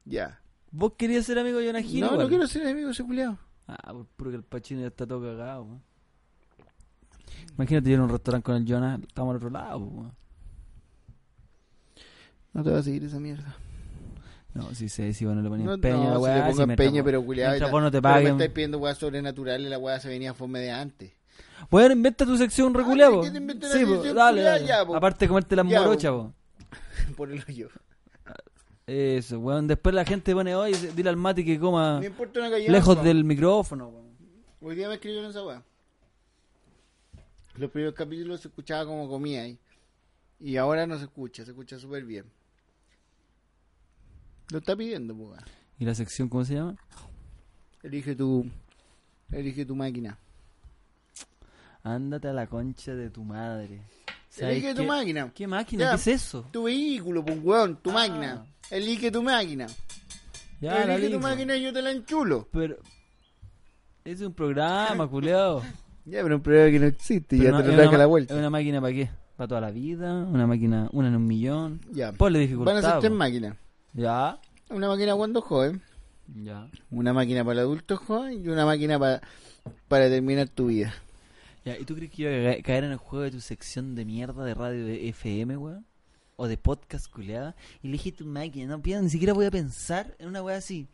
A: ya.
B: ¿Vos querías ser amigo de Jonah Hill?
A: No,
B: igual?
A: no quiero ser enemigo de ese culiao.
B: Ah, por puro que el Pachino ya está todo cagado, weón. Imagínate yo en un restaurante con el Jonah, estamos al otro lado, po, weón.
A: No te va a seguir esa mierda.
B: No, si sé, si bueno le ponía
A: No,
B: empeño a la
A: no,
B: weá.
A: si le pongo
B: si
A: empeño,
B: mientras-
A: pero culiao.
B: mientras
A: y
B: vos no
A: tal.
B: te
A: Pero
B: paguen.
A: me estáis pidiendo weá sobrenaturales, la weá se venía fome de antes.
B: Bueno, inventa tu sección, reculea,
A: Ah,
B: po.
A: ¿qué te inventé la
B: Sí, po,
A: sección,
B: dale,
A: culiao?
B: dale.
A: Ya, po.
B: Aparte de comerte las
A: Ya, po.
B: morochas, po.
A: Por el hoyo.
B: Eso, weón. Después la gente pone, oye, se- dile al Mati que coma
A: Me importa una gallinita.
B: Ah. lejos del micrófono, weón.
A: Hoy día me escribieron esa weá. Los primeros capítulos se escuchaba como comía ahí. Y ahora no se escucha, se escucha súper bien. Lo está pidiendo, pues. weá.
B: ¿Y la sección cómo se llama?
A: Elige tu. Elige tu máquina.
B: Ándate a la concha de tu madre. ¿Sabes
A: Elige tu
B: qué?
A: máquina.
B: ¿Qué máquina?
A: Ya.
B: ¿Qué es eso?
A: Tu vehículo, pues weón, tu máquina. Elige tu máquina.
B: Ya, la
A: Elige tu
B: ligo.
A: máquina y yo te la enchulo.
B: Pero... Es un programa, culeado.
A: Ya, pero un problema que no existe, ya te lo
B: es,
A: traje a
B: una,
A: la vuelta.
B: es una máquina para qué? Para toda la vida, una máquina, una en un millón.
A: Ya.
B: Ponle
A: Van
B: dificultad.
A: a ser tres
B: po.
A: máquinas.
B: Pues Ya,
A: Una máquina cuando joven.
B: ya.
A: Una máquina para adultos joven y una máquina para, para terminar tu vida.
B: Ya, ¿y tú crees que yo voy a ca- caer en el juego de tu sección de mierda de radio de FM, weón? O de podcast culeada. Y elegí tu máquina. No pienso, ni siquiera voy a pensar en una weá así.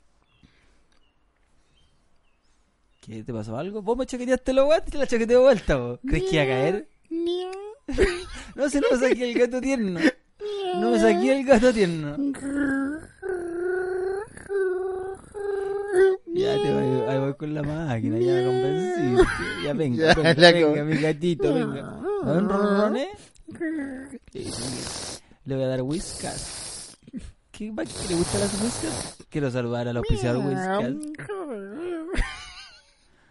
B: ¿Qué te pasó algo? Vos me chaqueteaste la weá, te la chaqueteé de vuelta, vos. ¿Crees que iba a caer? No, se no me saqué el gato tierno. No me saqué el gato tierno. Ya te voy, ahí voy con la máquina, ya me convenciste. Ya venga,
A: Ya,
B: venga,
A: la
B: venga,
A: co-
B: mi gatito, venga. ¿A un ronroné? Sí. Le voy a dar whiskas. ¿Qué va? ¿Qué le gustan las whiskas? Quiero saludar al auspiciador whiskas.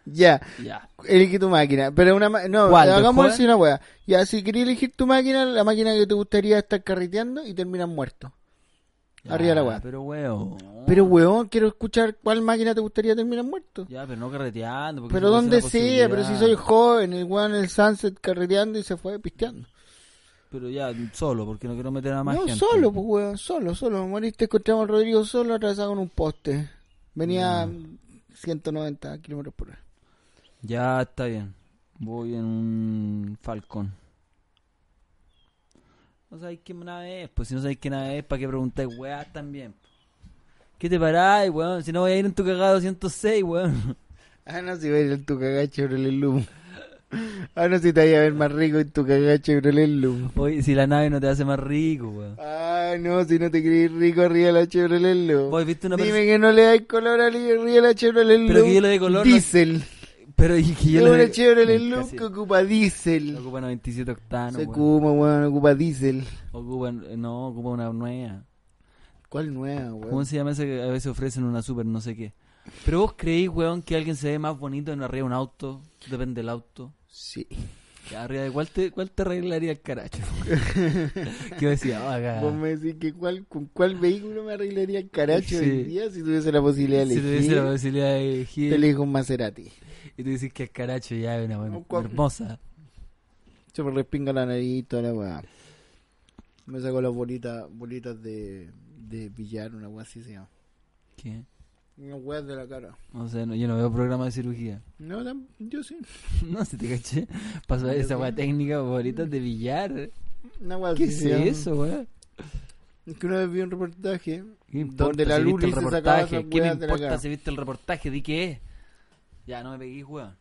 A: Ya,
B: Ya.
A: elige tu máquina. Pero una ma- No,
B: ¿Cuál, de
A: hagamos
B: joven?
A: así una wea. Ya, si querías elegir tu máquina, la máquina que te gustaría estar carreteando y terminas muerto. Arriba la
B: Ya,
A: weá.
B: Pero weón.
A: Pero weón, quiero escuchar cuál máquina te gustaría terminar muerto.
B: Ah. Ya, pero no carreteando. porque
A: Pero
B: eso puede
A: donde
B: ser una
A: sea, pero si soy
B: posibilidad.
A: joven, el weón en el sunset carreteando y se fue pisteando.
B: Pero ya, solo, porque no quiero meter a más
A: no,
B: gente.
A: solo, pues, weón, solo, solo. Moriste, encontramos a Rodrigo solo atravesado con un poste. Venía a 190 kilómetros por hora.
B: Ya, está bien. Voy en un falcón. No sabéis qué nave es, pues si no sabéis qué nave es, ¿para qué preguntáis weá también? ¿Qué te paráis, weón? Si no voy a ir en tu cagado 206, weón.
A: Ah, no, si va a ir en tu cagacho, Chevrolet Lumo. Ah, no, si te vaya a ver más rico en tu cagacho, Chevrolet Lumo.
B: Oye, si la nave no te hace más rico, weón.
A: Ah, no, si no te crees rico arriba de la Chevrolet Lumo.
B: Vos viste una
A: Dime
B: persona.
A: que no le dais color ali- arriba de la Chevrolet Lumo.
B: Pero que yo le dé color, no-
A: Diesel.
B: Pero y que yo
A: Es
B: le.
A: una Chevrolet Lumo
B: Casi-
A: que ocupa diésel.
B: Ocupa 97 octanos,
A: Se
B: weón.
A: ocupa, weón, ocupa diésel.
B: Ocupa, no, ocupa una nueva.
A: ¿Cuál nueva, weón?
B: ¿Cómo se llama esa que a veces ofrecen una super no sé qué? Pero vos creís, weón, que alguien se ve más bonito en arriba de un auto Depende del auto.
A: Sí.
B: Ya, arriba de cuál te, cuál te arreglaría el caracho. que yo decía, "Oh, acá".
A: Vos me decís que cuál, con cuál vehículo me arreglaría el caracho
B: Sí.
A: hoy día si tuviese la posibilidad de
B: Si
A: elegir.
B: tuviese la posibilidad de elegir
A: Te elijo un Maserati.
B: y tú dices que el caracho ya es una buena,
A: Un cua-
B: hermosa.
A: Yo me respingo la nariz y toda la weá. Me saco las bolitas, bolitas de, de billar, una weá así se llama.
B: ¿Qué?
A: Una weá de la cara.
B: O sea, no, yo no veo programa de cirugía.
A: No, tam- yo sí.
B: no, si te caché. Pasó
A: Yo
B: esa weá
A: sí.
B: técnica favorita de billar.
A: Una weá
B: ¿Qué
A: así
B: es
A: se llama.
B: eso, weá?
A: Es que una vez vi un reportaje
B: ¿Qué
A: Donde la
B: si viste
A: Luli
B: el
A: se sacaba
B: reportaje?
A: esas
B: ¿Qué me
A: weas de la
B: importa
A: cara?
B: si viste el reportaje? ¿Di qué es? Ya, no me peguís, weón.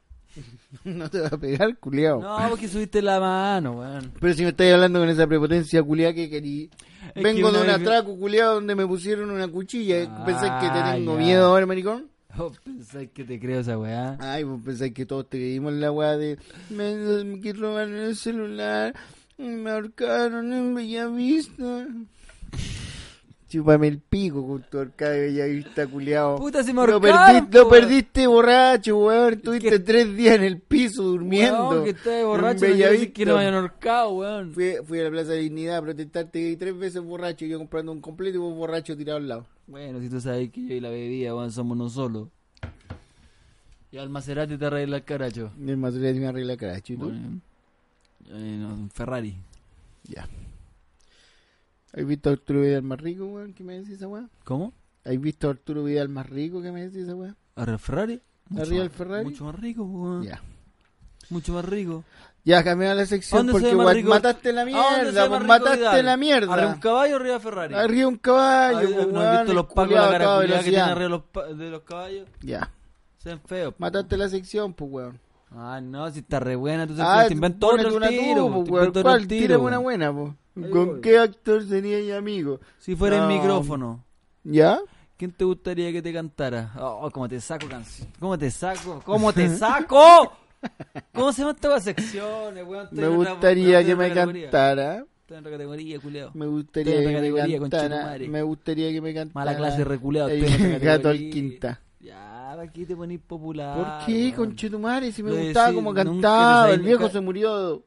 A: No te va a pegar, culiao.
B: No, porque subiste la mano, weón.
A: Pero si me estáis hablando con esa prepotencia culiá que querí.
B: que
A: Vengo de
B: una
A: un
B: vez vi-
A: atraco culiado donde me pusieron una cuchilla.
B: Ah,
A: ¿Pensáis que te tengo
B: ya.
A: miedo ahora, maricón?
B: Oh, pensáis que te creo esa weá.
A: Ay, vos pensáis que todos te creímos la weá de. Me, me que robaron el celular. Me ahorcaron en Bellavista. Chúpame el pico con tu horcada de Bellavista, culiao.
B: Puta, si me
A: Lo,
B: ahorcaron, pues.
A: perdiste, lo
B: po.
A: perdiste borracho, weón. Estuviste tres días en el piso durmiendo.
B: Weón, que estás borracho.
A: en
B: No quiere decir
A: Bellavista.
B: que no me hayan ahorcado, weón.
A: Fui, fui a la Plaza de Dignidad a protestarte y tres veces borracho, yo comprando un completo y vos borracho tirado al lado.
B: Bueno, si tú sabes que yo y la bebida, weón, somos uno solo. Y al Maserati te arregla el caracho.
A: Y el Maserati me arregla caracho, ¿y tú?
B: Bueno, eh, no, un Ferrari.
A: Ya. ¿Has visto a Arturo Vidal más rico, weón, que me decís esa weá?
B: ¿Cómo?
A: ¿Has visto a Arturo Vidal más rico que me decís esa weá?
B: ¿Arriba el Ferrari? Mucho
A: ¿Arriba el
B: más-
A: Ferrari?
B: Mucho más rico, weón.
A: Ya.
B: Mucho más rico.
A: Ya, cambiamos la
B: ¿A
A: sección
B: dónde se
A: porque
B: ve más
A: weón,
B: rico?
A: mataste la
B: ¿A dónde se
A: mierda, vos
B: ve más rico
A: mataste
B: Vidal?
A: la
B: ¿Arriba un
A: mierda.
B: caballo o arriba de Ferrari?
A: Arriba un
B: Ay,
A: caballo, pues,
B: ¿No
A: weón,
B: has visto los
A: el
B: pacos
A: culiao
B: la cara
A: acaba de
B: culiada que tienen
A: velocidad.
B: arriba de los, pa- de los caballos?
A: Ya,
B: Se ven feos. po.
A: mataste la sección, pues weón.
B: Ah, no, si está re buena, tú
A: Ah,
B: te inventó otro
A: ponete una tú,
B: tiro.
A: pues,
B: te
A: weón.
B: inventó otro
A: ¿Cuál?
B: tiro,
A: Tírame una
B: weón.
A: buena, pues.
B: Ahí
A: ¿Con
B: voy.
A: qué actor sería ya amigo?
B: Si fuera
A: No.
B: el micrófono,
A: ¿Ya?
B: ¿quién te gustaría que te cantara? Oh, cómo te saco canción. ¿Cómo te saco? ¿Cómo te saco? ¿Cómo se llaman estas secciones, weón? Estoy
A: Me
B: en otra-
A: gustaría
B: estoy en
A: que
B: otra
A: me
B: categoría.
A: cantara.
B: Estoy en otra categoría, culiao.
A: Me gustaría
B: Estoy en
A: que
B: otra
A: me
B: categoría,
A: cantara.
B: conchetumare.
A: Me gustaría que me cantara.
B: Mala clase, reculeado.
A: el
B: estoy en otra
A: gato
B: categoría.
A: al quinta.
B: Ya, ¿para qué te ponís popular?
A: ¿Por qué,
B: weón?
A: conchetumare? Si me
B: Lo
A: gustaba
B: decís,
A: como
B: nunca
A: cantaba.
B: te
A: El
B: sabés
A: viejo
B: nunca-
A: se murió.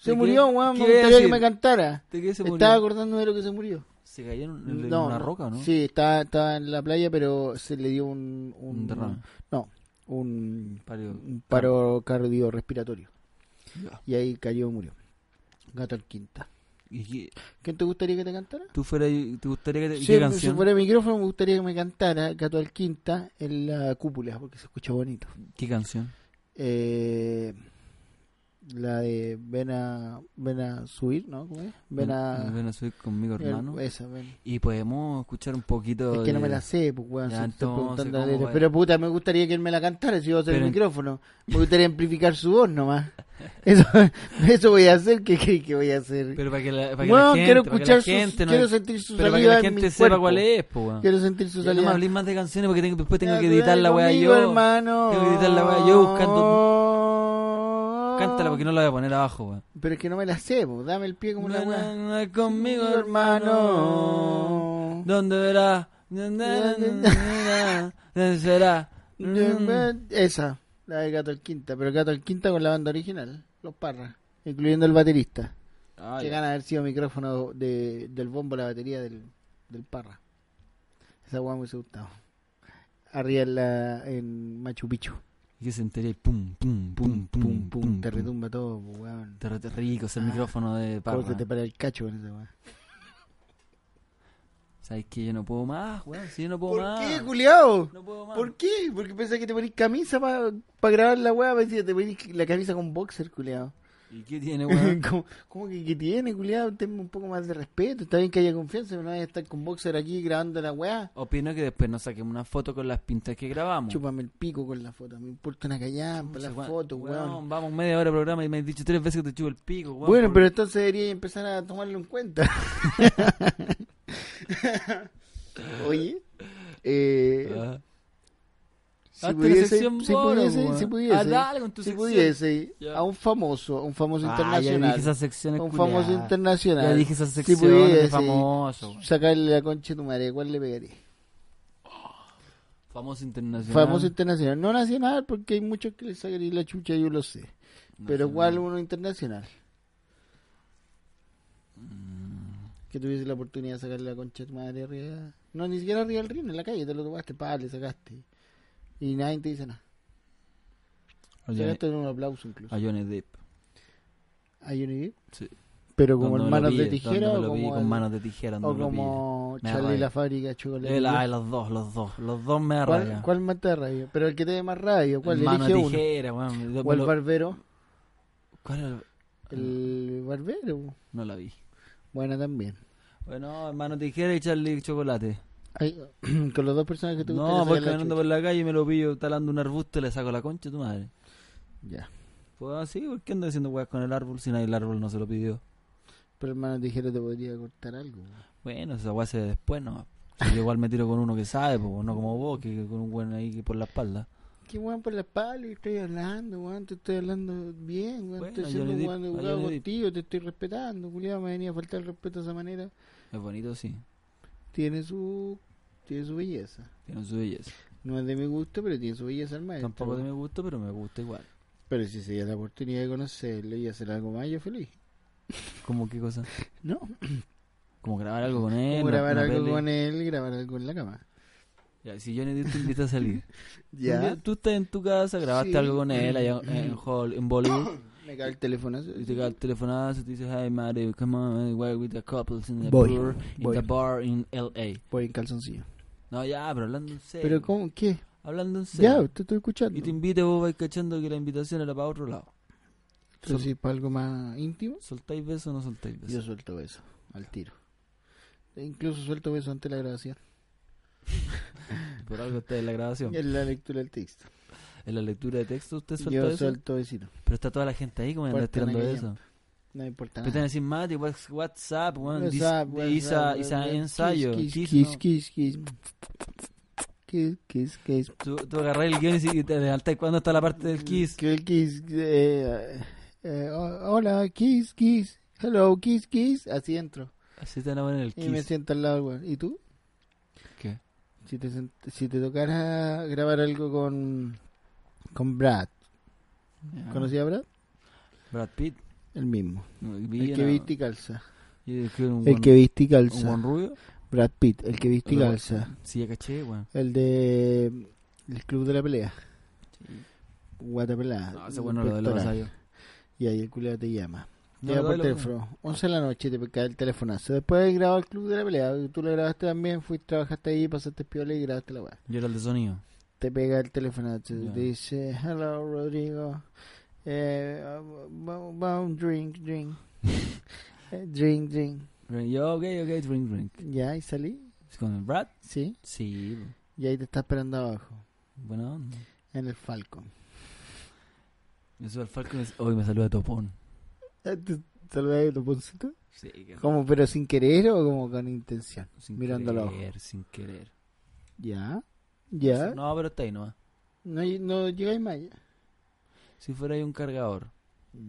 B: ¿De
A: Se
B: qué?
A: murió, weón. Me
B: ¿Qué iba a
A: gustaría que
B: decir?
A: me cantara.
B: ¿De qué se murió?
A: Estaba acordando de lo que se murió.
B: Se cayó en, en
A: No,
B: una
A: no.
B: roca, ¿no?
A: Sí, estaba, estaba en la playa, pero se le dio un. un,
B: Un derrame.
A: No, un,
B: Parió.
A: un paro cardiorrespiratorio.
B: Ya.
A: Y ahí cayó y murió. Gato al quinta.
B: ¿Y qué-
A: ¿Quién te gustaría que te cantara?
B: tú fuera, te gustaría que te, y
A: Si,
B: qué
A: si
B: canción?
A: fuera micrófono me gustaría que me cantara Gato al Quinta en la cúpula, porque se escucha bonito.
B: ¿Qué canción?
A: Eh, la de Ven a, ven a subir, ¿no? ¿Cómo es? Ven a...
B: Ven a subir conmigo, hermano.
A: Esa, ven.
B: Y podemos escuchar un poquito.
A: Es que no
B: de-
A: me la sé, pues, weón.
B: Ya,
A: si estoy
B: entonces,
A: preguntando la
B: ¿cómo
A: letra.
B: va?
A: Pero puta, me gustaría que él me la cantara si iba a hacer
B: Pero
A: el
B: en-
A: micrófono. Me gustaría amplificar su voz nomás. Eso, eso voy a hacer. ¿Qué, qué, qué voy a hacer?
B: Pero para que la, para que
A: Bueno,
B: la gente,
A: quiero
B: para que
A: escuchar
B: la gente
A: sus,
B: no
A: quiero
B: es-
A: sentir su
B: pero para que
A: saliva
B: la
A: en mi
B: gente sepa
A: cuerpo.
B: cuál es, po, weón.
A: Quiero sentir su
B: Ya No me
A: salida.
B: hables más de canciones porque tengo- después tengo
A: Ya,
B: que editar la weá
A: conmigo,
B: yo.
A: hermano.
B: Tengo que editar la weá yo
A: buscando.
B: Cántala porque no la voy a poner abajo, weón.
A: Pero es que no me la sé, po. dame el pie como la weá.
B: Na- na- conmigo, hermano.
A: Mm.
B: ¿Dónde verá? Na- na- na- ¿Dónde será? Mm.
A: Esa, la de Gato el Quinta. Pero Gato el Quinta con la banda original, los parras, incluyendo el baterista.
B: Ah,
A: que
B: ya.
A: gana haber sido micrófono de, del bombo la batería del, del parra. Esa weá me hubiese gustado. Arriba en, la, en Machu Picchu.
B: Y que se entere y pum, pum, pum, pum, pum.
A: Te
B: pum.
A: retumba todo, po, weón.
B: Te re- rico, es el
A: Ah.
B: micrófono de
A: Todo se
B: Parra.
A: te para el cacho con esa weá.
B: ¿Sabes que Yo no puedo más, weón. Si yo no puedo
A: ¿Por
B: más.
A: qué, culiao?
B: No puedo más.
A: ¿Por qué? Porque pensé que te ponís camisa para grabar la weá, pensé que te ponís la camisa con boxer, culiao.
B: ¿Y qué tiene, weón?
A: ¿Cómo, cómo que, que tiene, culiao? Tenme un poco más de respeto, está bien que haya confianza, pero no vayas a estar con boxer aquí grabando la weá.
B: Opino que después nos saquemos una foto con las pintas que grabamos.
A: Chúpame el pico con la foto, me importa una callampa,
B: Pucha,
A: la
B: weón,
A: foto, weón.
B: weón, Vamos media hora de programa y me has dicho tres veces que te chupo el pico, weón.
A: Bueno,
B: por-
A: pero entonces debería empezar a tomarlo en cuenta. Oye, eh,
B: Ah.
A: si
B: Hazte la
A: pudiese,
B: sección
A: si
B: bono,
A: pudiese,
B: weón. Ah,
A: si pudiese,
B: Haz algo en tu
A: si
B: sección.
A: pudiese,
B: Ya.
A: a un famoso, a un famoso
B: Ah, ya
A: internacional,
B: dije esas secciones
A: a un
B: culiadas.
A: famoso internacional,
B: Ya dije esas
A: si
B: secciones
A: pudiese,
B: de famoso, weón.
A: sacarle la concha de tu madre, ¿cuál le pegaría?
B: Famoso internacional.
A: Famoso internacional. No nacional, porque hay muchos que les sacan la chucha, yo lo sé. Pero
B: Nacional.
A: igual uno internacional.
B: Mm.
A: Que tuviese la oportunidad de sacarle la concha de tu madre arriba. No, ni siquiera arriba del ring, en la calle, te lo tomaste, pa, le sacaste. Y nadie te dice nada.
B: A Johnny-
A: Sacaste un aplauso incluso.
B: a Johnny Depp.
A: A Johnny Depp.
B: Sí.
A: Pero como en
B: Donde me lo
A: manos de
B: pille,
A: tijera
B: donde me
A: o
B: lo pille,
A: como,
B: con
A: el-
B: manos de tijera.
A: o
B: donde me lo
A: como
B: Me da
A: Charlie
B: rabia.
A: la fábrica de
B: pille.
A: chocolate.
B: El- ay, los dos, los dos. Los dos me da
A: ¿Cuál,
B: rabia.
A: ¿Cuál más te da rabia? Pero el que te dé más rabia, ¿cuál?
B: Mano
A: Elige
B: de
A: uno.
B: tijera, weón. Yo
A: O
B: me
A: el
B: lo-
A: barbero.
B: ¿Cuál era?
A: El barbero.
B: No la vi.
A: Buena también.
B: Bueno, mano de tijera y Charlie Chocolate.
A: Ay, con los dos personajes que te gustan.
B: No,
A: le
B: voy
A: sacas la
B: caminando por la calle y me lo pillo talando un arbusto y le saco la concha a tu madre.
A: chucha. Ya.
B: Pues así, ¿por qué ando haciendo weas con el árbol si nadie el árbol no se lo pidió?
A: Pero hermano tijera te podría cortar algo.
B: Bueno, esa wea se ve después, no. Si yo igual me tiro con uno que sabe, pues no como vos, que que con un buen ahí que por la espalda.
A: Qué weón por la espalda que estoy hablando, weón. Te estoy hablando bien, weón.
B: Bueno,
A: estoy
B: Johnny
A: siendo un
B: Depp,
A: weón
B: a
A: educado
B: Johnny Depp.
A: contigo. Te estoy respetando, culiado. Me venía a faltar el respeto de esa manera.
B: Es bonito, sí.
A: Tiene su, tiene su belleza.
B: Tiene su belleza.
A: No es de mi gusto, pero tiene su belleza al maestro.
B: Tampoco de mi gusto, pero me gusta igual.
A: Pero si se diera la oportunidad de conocerlo y hacer algo más, yo feliz.
B: ¿Cómo qué cosa?
A: ¿No?
B: Como grabar algo con él.
A: Como
B: una-
A: grabar
B: una
A: algo
B: peli.
A: con él, grabar algo en la cama.
B: Ya, si Johnny Depp te invita a salir. Un
A: Ya.
B: día Tú estás en tu casa, grabaste
A: Sí.
B: algo con él allá en, Hall, en Bollywood.
A: Me cae el teléfono.
B: Y te cae el telefonazo y te dices, hey, Mario, come on, we're with the couples in the,
A: Voy,
B: pool,
A: voy.
B: in the bar in L.A.
A: Voy en calzoncillo.
B: No, ya, pero hablando en serio.
A: ¿Pero cómo? ¿Qué?
B: Hablando en serio.
A: Ya, te estoy escuchando.
B: Y te invita, vos vais cachando que la invitación era para otro lado.
A: Entonces, para algo más íntimo,
B: ¿Soltáis besos o no soltáis besos?
A: yo suelto beso al tiro. E incluso suelto beso antes de la grabación.
B: Por algo está en la grabación.
A: En la lectura del texto.
B: En la lectura de texto usted suelta
A: Yo
B: eso.
A: suelto besito.
B: Pero está toda la gente ahí como andando
A: Puerta en
B: tirando
A: aquella-
B: eso.
A: No me importa
B: Empiezan a
A: nada.
B: decir, Mati, what's- WhatsApp, weón. dis-
A: What's up,
B: dis-
A: what's up,
B: isa-
A: what's up?
B: ensayo.
A: Kiss, kiss,
B: kiss, no.
A: kiss, kiss, kiss. Kiss, kiss, kiss.
B: Tú, tú agarrás el guión y si- y te adelantáis cuando está la parte
A: Mm,
B: del kiss.
A: Que el kiss. eh, eh, ho- hola, kiss, kiss. Hello, kiss, kiss. Así entro.
B: Así te van a poner el
A: Y me
B: kiss.
A: siento al lado, güey. ¿Y tú?
B: ¿Qué?
A: Si te, sent- si te tocara grabar algo con, con Brad, mm,
B: Ya.
A: ¿conocía a Brad?
B: Brad Pitt.
A: El mismo.
B: No,
A: El
B: vi
A: que
B: una-
A: viste y calza.
B: y es que un
A: El
B: buen-
A: que viste y
B: un buen
A: calza.
B: rubio.
A: Brad Pitt, el que viste y
B: Pero-
A: calza.
B: Sí, ya caché, weón.
A: El de. El club de la pelea. Guatapelada.
B: No, ese bueno lo de la
A: Pectoral.
B: pasada yo.
A: Y ahí el culiado te llama.
B: No,
A: te llama
B: lo
A: por
B: doy, lo-
A: teléfono. 11 de la noche te cae el telefonazo. Después de grabar el club de la pelea, tú lo grabaste también, fuiste, trabajaste ahí, pasaste piola y grabaste la weá.
B: Yo era el de sonido.
A: te pega el teléfono, te
B: Ya.
A: dice, hello Rodrigo, eh, vamos drink, drink, Eh, drink, drink,
B: Yo, ok, ok, drink, drink.
A: ya, y salí,
B: ¿Con el Brad?
A: sí,
B: Sí, bo.
A: y ahí te está esperando abajo,
B: buena onda.
A: en el Falcon.
B: Me subo al Falcon y me- hoy me saluda Topón. Ah,
A: Eh, ¿Te saludé de tu poncito?
B: Sí, que-
A: ¿Como pero sin querer o como con intención?
B: sin
A: mirándolo.
B: querer, sin querer.
A: Ya, ya,
B: No, pero está ahí nomás.
A: no, ll- no llegáis más ya.
B: Si fuera ahí un cargador.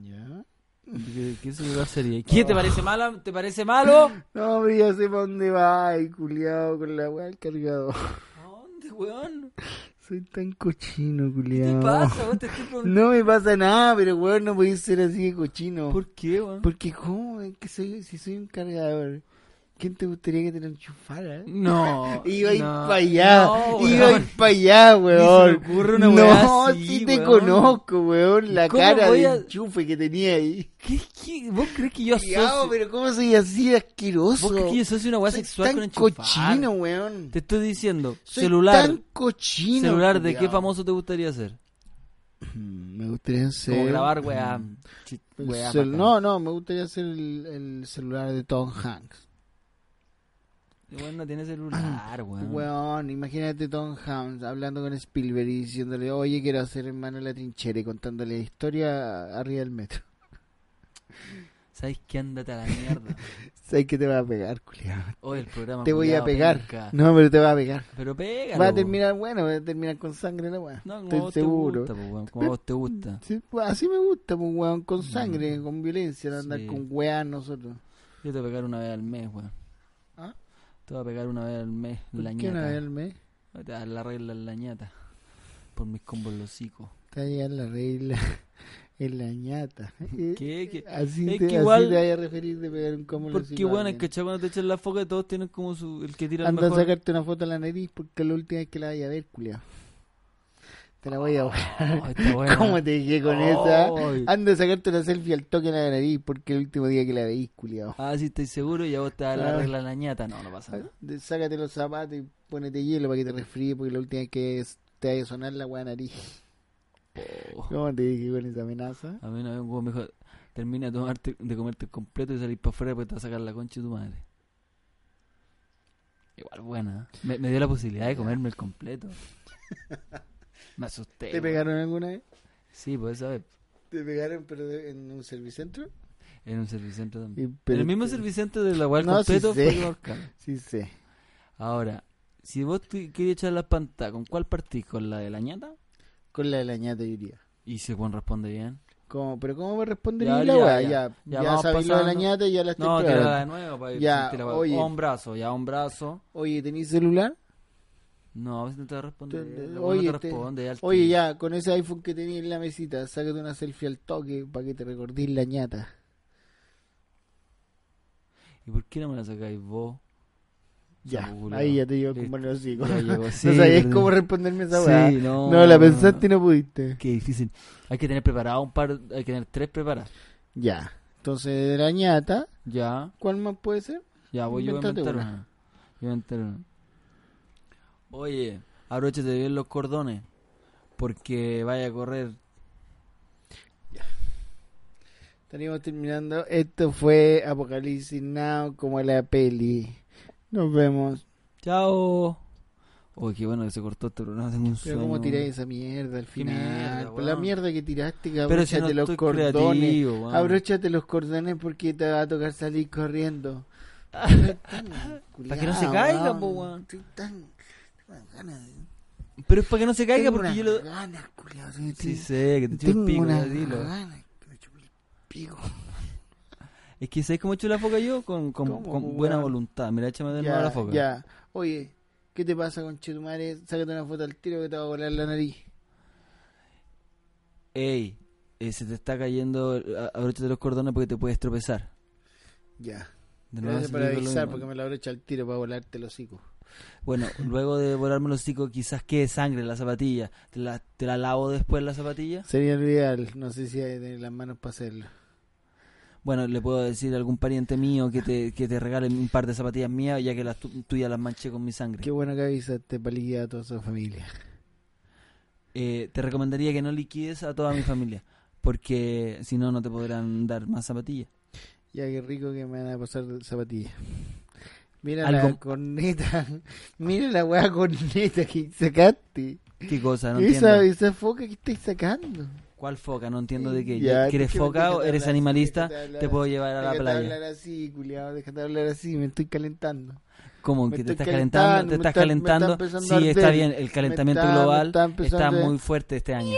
A: Ya.
B: ¿Qué, qué celular sería? ¿Qué? ¿Te parece malo? ¿Te parece malo?
A: No, pero ya sé para dónde va, y culiado con la weá del cargador.
B: ¿A dónde, weón?
A: Soy tan cochino,
B: ¿Qué
A: culiado.
B: te pasa? weón? Te estoy preguntando.
A: No me pasa nada, pero weón, no podéis ser así de cochino.
B: ¿Por qué, weón?
A: Porque, ¿cómo? Es que soy, si soy un cargador, ¿quién te gustaría que te lo enchufara?
B: No.
A: Iba a ir
B: no.
A: para allá,
B: No,
A: iba a
B: weón.
A: ir para allá,
B: Ni
A: weón.
B: se me ocurre una weá
A: No,
B: así,
A: sí te
B: weón.
A: conozco, weón, la
B: ¿Cómo
A: cara
B: voy
A: de
B: a-
A: enchufe que tenía ahí.
B: ¿Qué, qué? ¿Vos crees que yo
A: Cuidado,
B: asocio,
A: pero ¿cómo soy así de asqueroso?
B: ¿Vos crees que yo asocio una weá
A: Soy
B: sexual
A: tan
B: con enchufar?
A: cochino, weón.
B: Te estoy diciendo,
A: Soy
B: celular,
A: tan cochino.
B: celular, ¿de qué
A: culiao.
B: famoso te gustaría ser?
A: Mm, Me gustaría ser...
B: Como grabar, weá. chi-
A: Mm. El
B: weá
A: cel-
B: bacán.
A: no, no, me gustaría hacer el, el celular de Tom Hanks.
B: Weón no tiene celular, weón.
A: Weón, imagínate Tom Hanks hablando con Spielberg y diciéndole, oye, quiero hacer hermano en la trinchera y contándole la historia arriba del metro.
B: ¿Sabes qué? Ándate a la mierda.
A: Sabes que te va a pegar, culiao.
B: Hoy el programa.
A: Te voy a
B: culiao,
A: pegar.
B: penca.
A: No, pero te va a pegar.
B: Pero pega.
A: Va a terminar, bueno, va a terminar con sangre la weá.
B: No, como a
A: Estoy
B: vos te
A: seguro.
B: gusta, po, weón, Como a vos te gusta.
A: Sí, pues, así me gusta, pues, weón, con sangre, con violencia, no andar
B: Mm. Sí.
A: con weá nosotros.
B: Yo te voy a pegar una vez al mes, weón.
A: ¿Ah?
B: Te voy a pegar una vez al mes.
A: ¿Por
B: La
A: qué no
B: ñata.
A: verme?
B: Ahora la regla en la ñata. Por mis combos los hocico.
A: Está ya la regla en la ñata.
B: ¿Qué? ¿Qué?
A: Así, te,
B: Es que
A: así
B: igual-
A: te vaya a referir de pegar un combo en los
B: Porque
A: hijos a
B: bueno, es
A: alguien.
B: que cuando te echan la foca todos tienen como su, el que tira el
A: Anda Ah, a
B: mejor.
A: sacarte una foto en la nariz porque la última vez que la vaya a ver, culiao. Te la voy a
B: Oh, está buena. Oh.
A: ¿Cómo te dije con
B: Ay.
A: esa? Anda a sacarte una selfie al toque en la nariz porque el último día que la veís, culiao.
B: Ah, sí, estoy seguro y a vos te da la
A: Ah.
B: regla en la ñata. No, no pasa nada.
A: De- Sácate los zapatos y ponete hielo para que te resfríe porque la última vez que es- te vaya a sonar la hueá nariz. Ah.
B: Oh.
A: ¿Cómo te dije con esa amenaza?
B: A mí una vez un huevo me dijo, termina de, tomarte, de comerte el completo y salir para afuera porque te vas a sacar la concha de tu madre. Igual buena. ¿eh? Me, me dio la posibilidad de comerme el completo. Me asusté.
A: ¿Te
B: weón.
A: pegaron alguna vez?
B: Sí, pues sabes.
A: ¿Te pegaron pero de- en un servicentro?
B: En un servicentro también.
A: Y-
B: En
A: pero-
B: el mismo servicentro de la guardia
A: No, sí
B: completo
A: sé.
B: fue que marcaron.
A: Sí sé.
B: Ahora, si vos te querías echar la espanta, ¿con cuál partís? ¿Con la de la ñata?
A: Con la de la ñata yo diría.
B: Y si Juan responde bien.
A: ¿Cómo? ¿Pero cómo me respondería
B: Ya,
A: la
B: ya,
A: weá?
B: ya.
A: Ya, ya,
B: Ya vamos
A: sabéis lo de la
B: pasando.
A: ñata y ya la estoy
B: No,
A: probando.
B: tirala de nuevo para
A: Ya,
B: sentir la-
A: oye.
B: O un brazo, ya un brazo.
A: Oye, ¿tenéis celular?
B: No, a veces no te va a responder.
A: Te-
B: el
A: oye,
B: weón no te
A: te-
B: responde. al
A: Oye,
B: tiro.
A: ya, con ese iPhone que tenías en la mesita, sácate una selfie al toque para que te recordéis la ñata.
B: ¿Y por qué no me la sacáis vos?
A: Ya,
B: Sapo culiao.
A: ahí ya te llevo
B: Listo.
A: como los hocico.
B: Ya llegó.
A: no
B: Sí,
A: sabías
B: perdón.
A: cómo responderme esa weá.
B: Sí, no.
A: No, la pensaste y no pudiste.
B: Qué difícil. Hay que tener preparado un par. Hay que tener tres preparadas.
A: Ya, entonces de la ñata,
B: Ya,
A: ¿cuál más puede ser?
B: ya, voy yo voy a
A: Invéntate
B: inventar
A: una.
B: una. Yo voy a inventar una. Oye, abróchate bien los cordones. Porque vaya a correr.
A: Estaríamos terminando. Esto fue Apocalipsis Now, como la peli. Nos vemos.
B: ¡Chao! Uy, qué bueno que se cortó este programa. Tengo un
A: Pero
B: sueño.
A: cómo tiré esa mierda al final.
B: mierda,
A: Por la
B: weón.
A: mierda que tiraste, que
B: Pero si no
A: abróchate los
B: estoy
A: cordones.
B: creativo, weón.
A: Abróchate los cordones porque te va a tocar salir corriendo.
B: Para que no se
A: Culeao,
B: caiga,
A: weón.
B: po, weón.
A: Estoy tan- tengo unas ganas de-
B: Pero es para que no se caiga
A: tengo
B: porque
A: unas
B: yo lo.
A: ganas, culeao, sí,
B: Sí,
A: sí.
B: sé, que te chupa
A: Tengo
B: el pico,
A: unas
B: ya dilo.
A: ganas que me chupe el pico.
B: Es que ¿sabes cómo echo la foca yo? Con, con,
A: ¿Cómo,
B: con
A: weón?
B: buena voluntad. Mira, échame de nuevo
A: Ya,
B: la foca.
A: ya. Oye, ¿qué te pasa con Chetumare? Sácate una foto al tiro que te va a volar la nariz.
B: Ey, eh, se te está cayendo, a- abróchate los cordones porque te puedes tropezar.
A: Ya.
B: De nuevo
A: Gracias
B: se
A: por
B: te digo lo
A: Eh, avisar
B: mismo.
A: porque me la abrocha al tiro para volarte los hocico.
B: Bueno, luego de volarme los hocico quizás quede sangre en la zapatilla. ¿Te la, te la lavo después la zapatilla?
A: Sería lo ideal. No sé si hay de las manos para hacerlo.
B: Bueno, le puedo decir a algún pariente mío que te, que te regale un par de zapatillas mías ya que las tu- tuyas las manché con mi sangre.
A: Qué bueno que avisaste para liquidar a toda su familia.
B: Eh, te recomendaría que no liquides a toda mi familia porque si no, no te podrán dar más zapatillas.
A: Ya qué rico que me van a pasar zapatillas. Mira la
B: Algo-
A: corneta. Mira la weá corneta que sacaste.
B: ¿Qué cosa? No entiendo.
A: esa, esa foca que estáis sacando.
B: ¿Cuál foca? No entiendo de qué.
A: Ya,
B: ¿Quieres
A: déjame-
B: foca o
A: déjate
B: eres
A: hablar,
B: animalista?
A: déjate hablar,
B: Te puedo llevar a la
A: Déjate
B: playa.
A: hablar así, culiao. Déjate hablar así. Me estoy calentando.
B: ¿Cómo?
A: Me
B: ¿Que te
A: estoy
B: estás calentando? ¿Te
A: me
B: estás
A: está- me está
B: calentando?
A: empezando a
B: Sí, está
A: arder.
B: bien. El calentamiento
A: Me está- me
B: global
A: está empezando
B: está
A: a-
B: muy fuerte este año.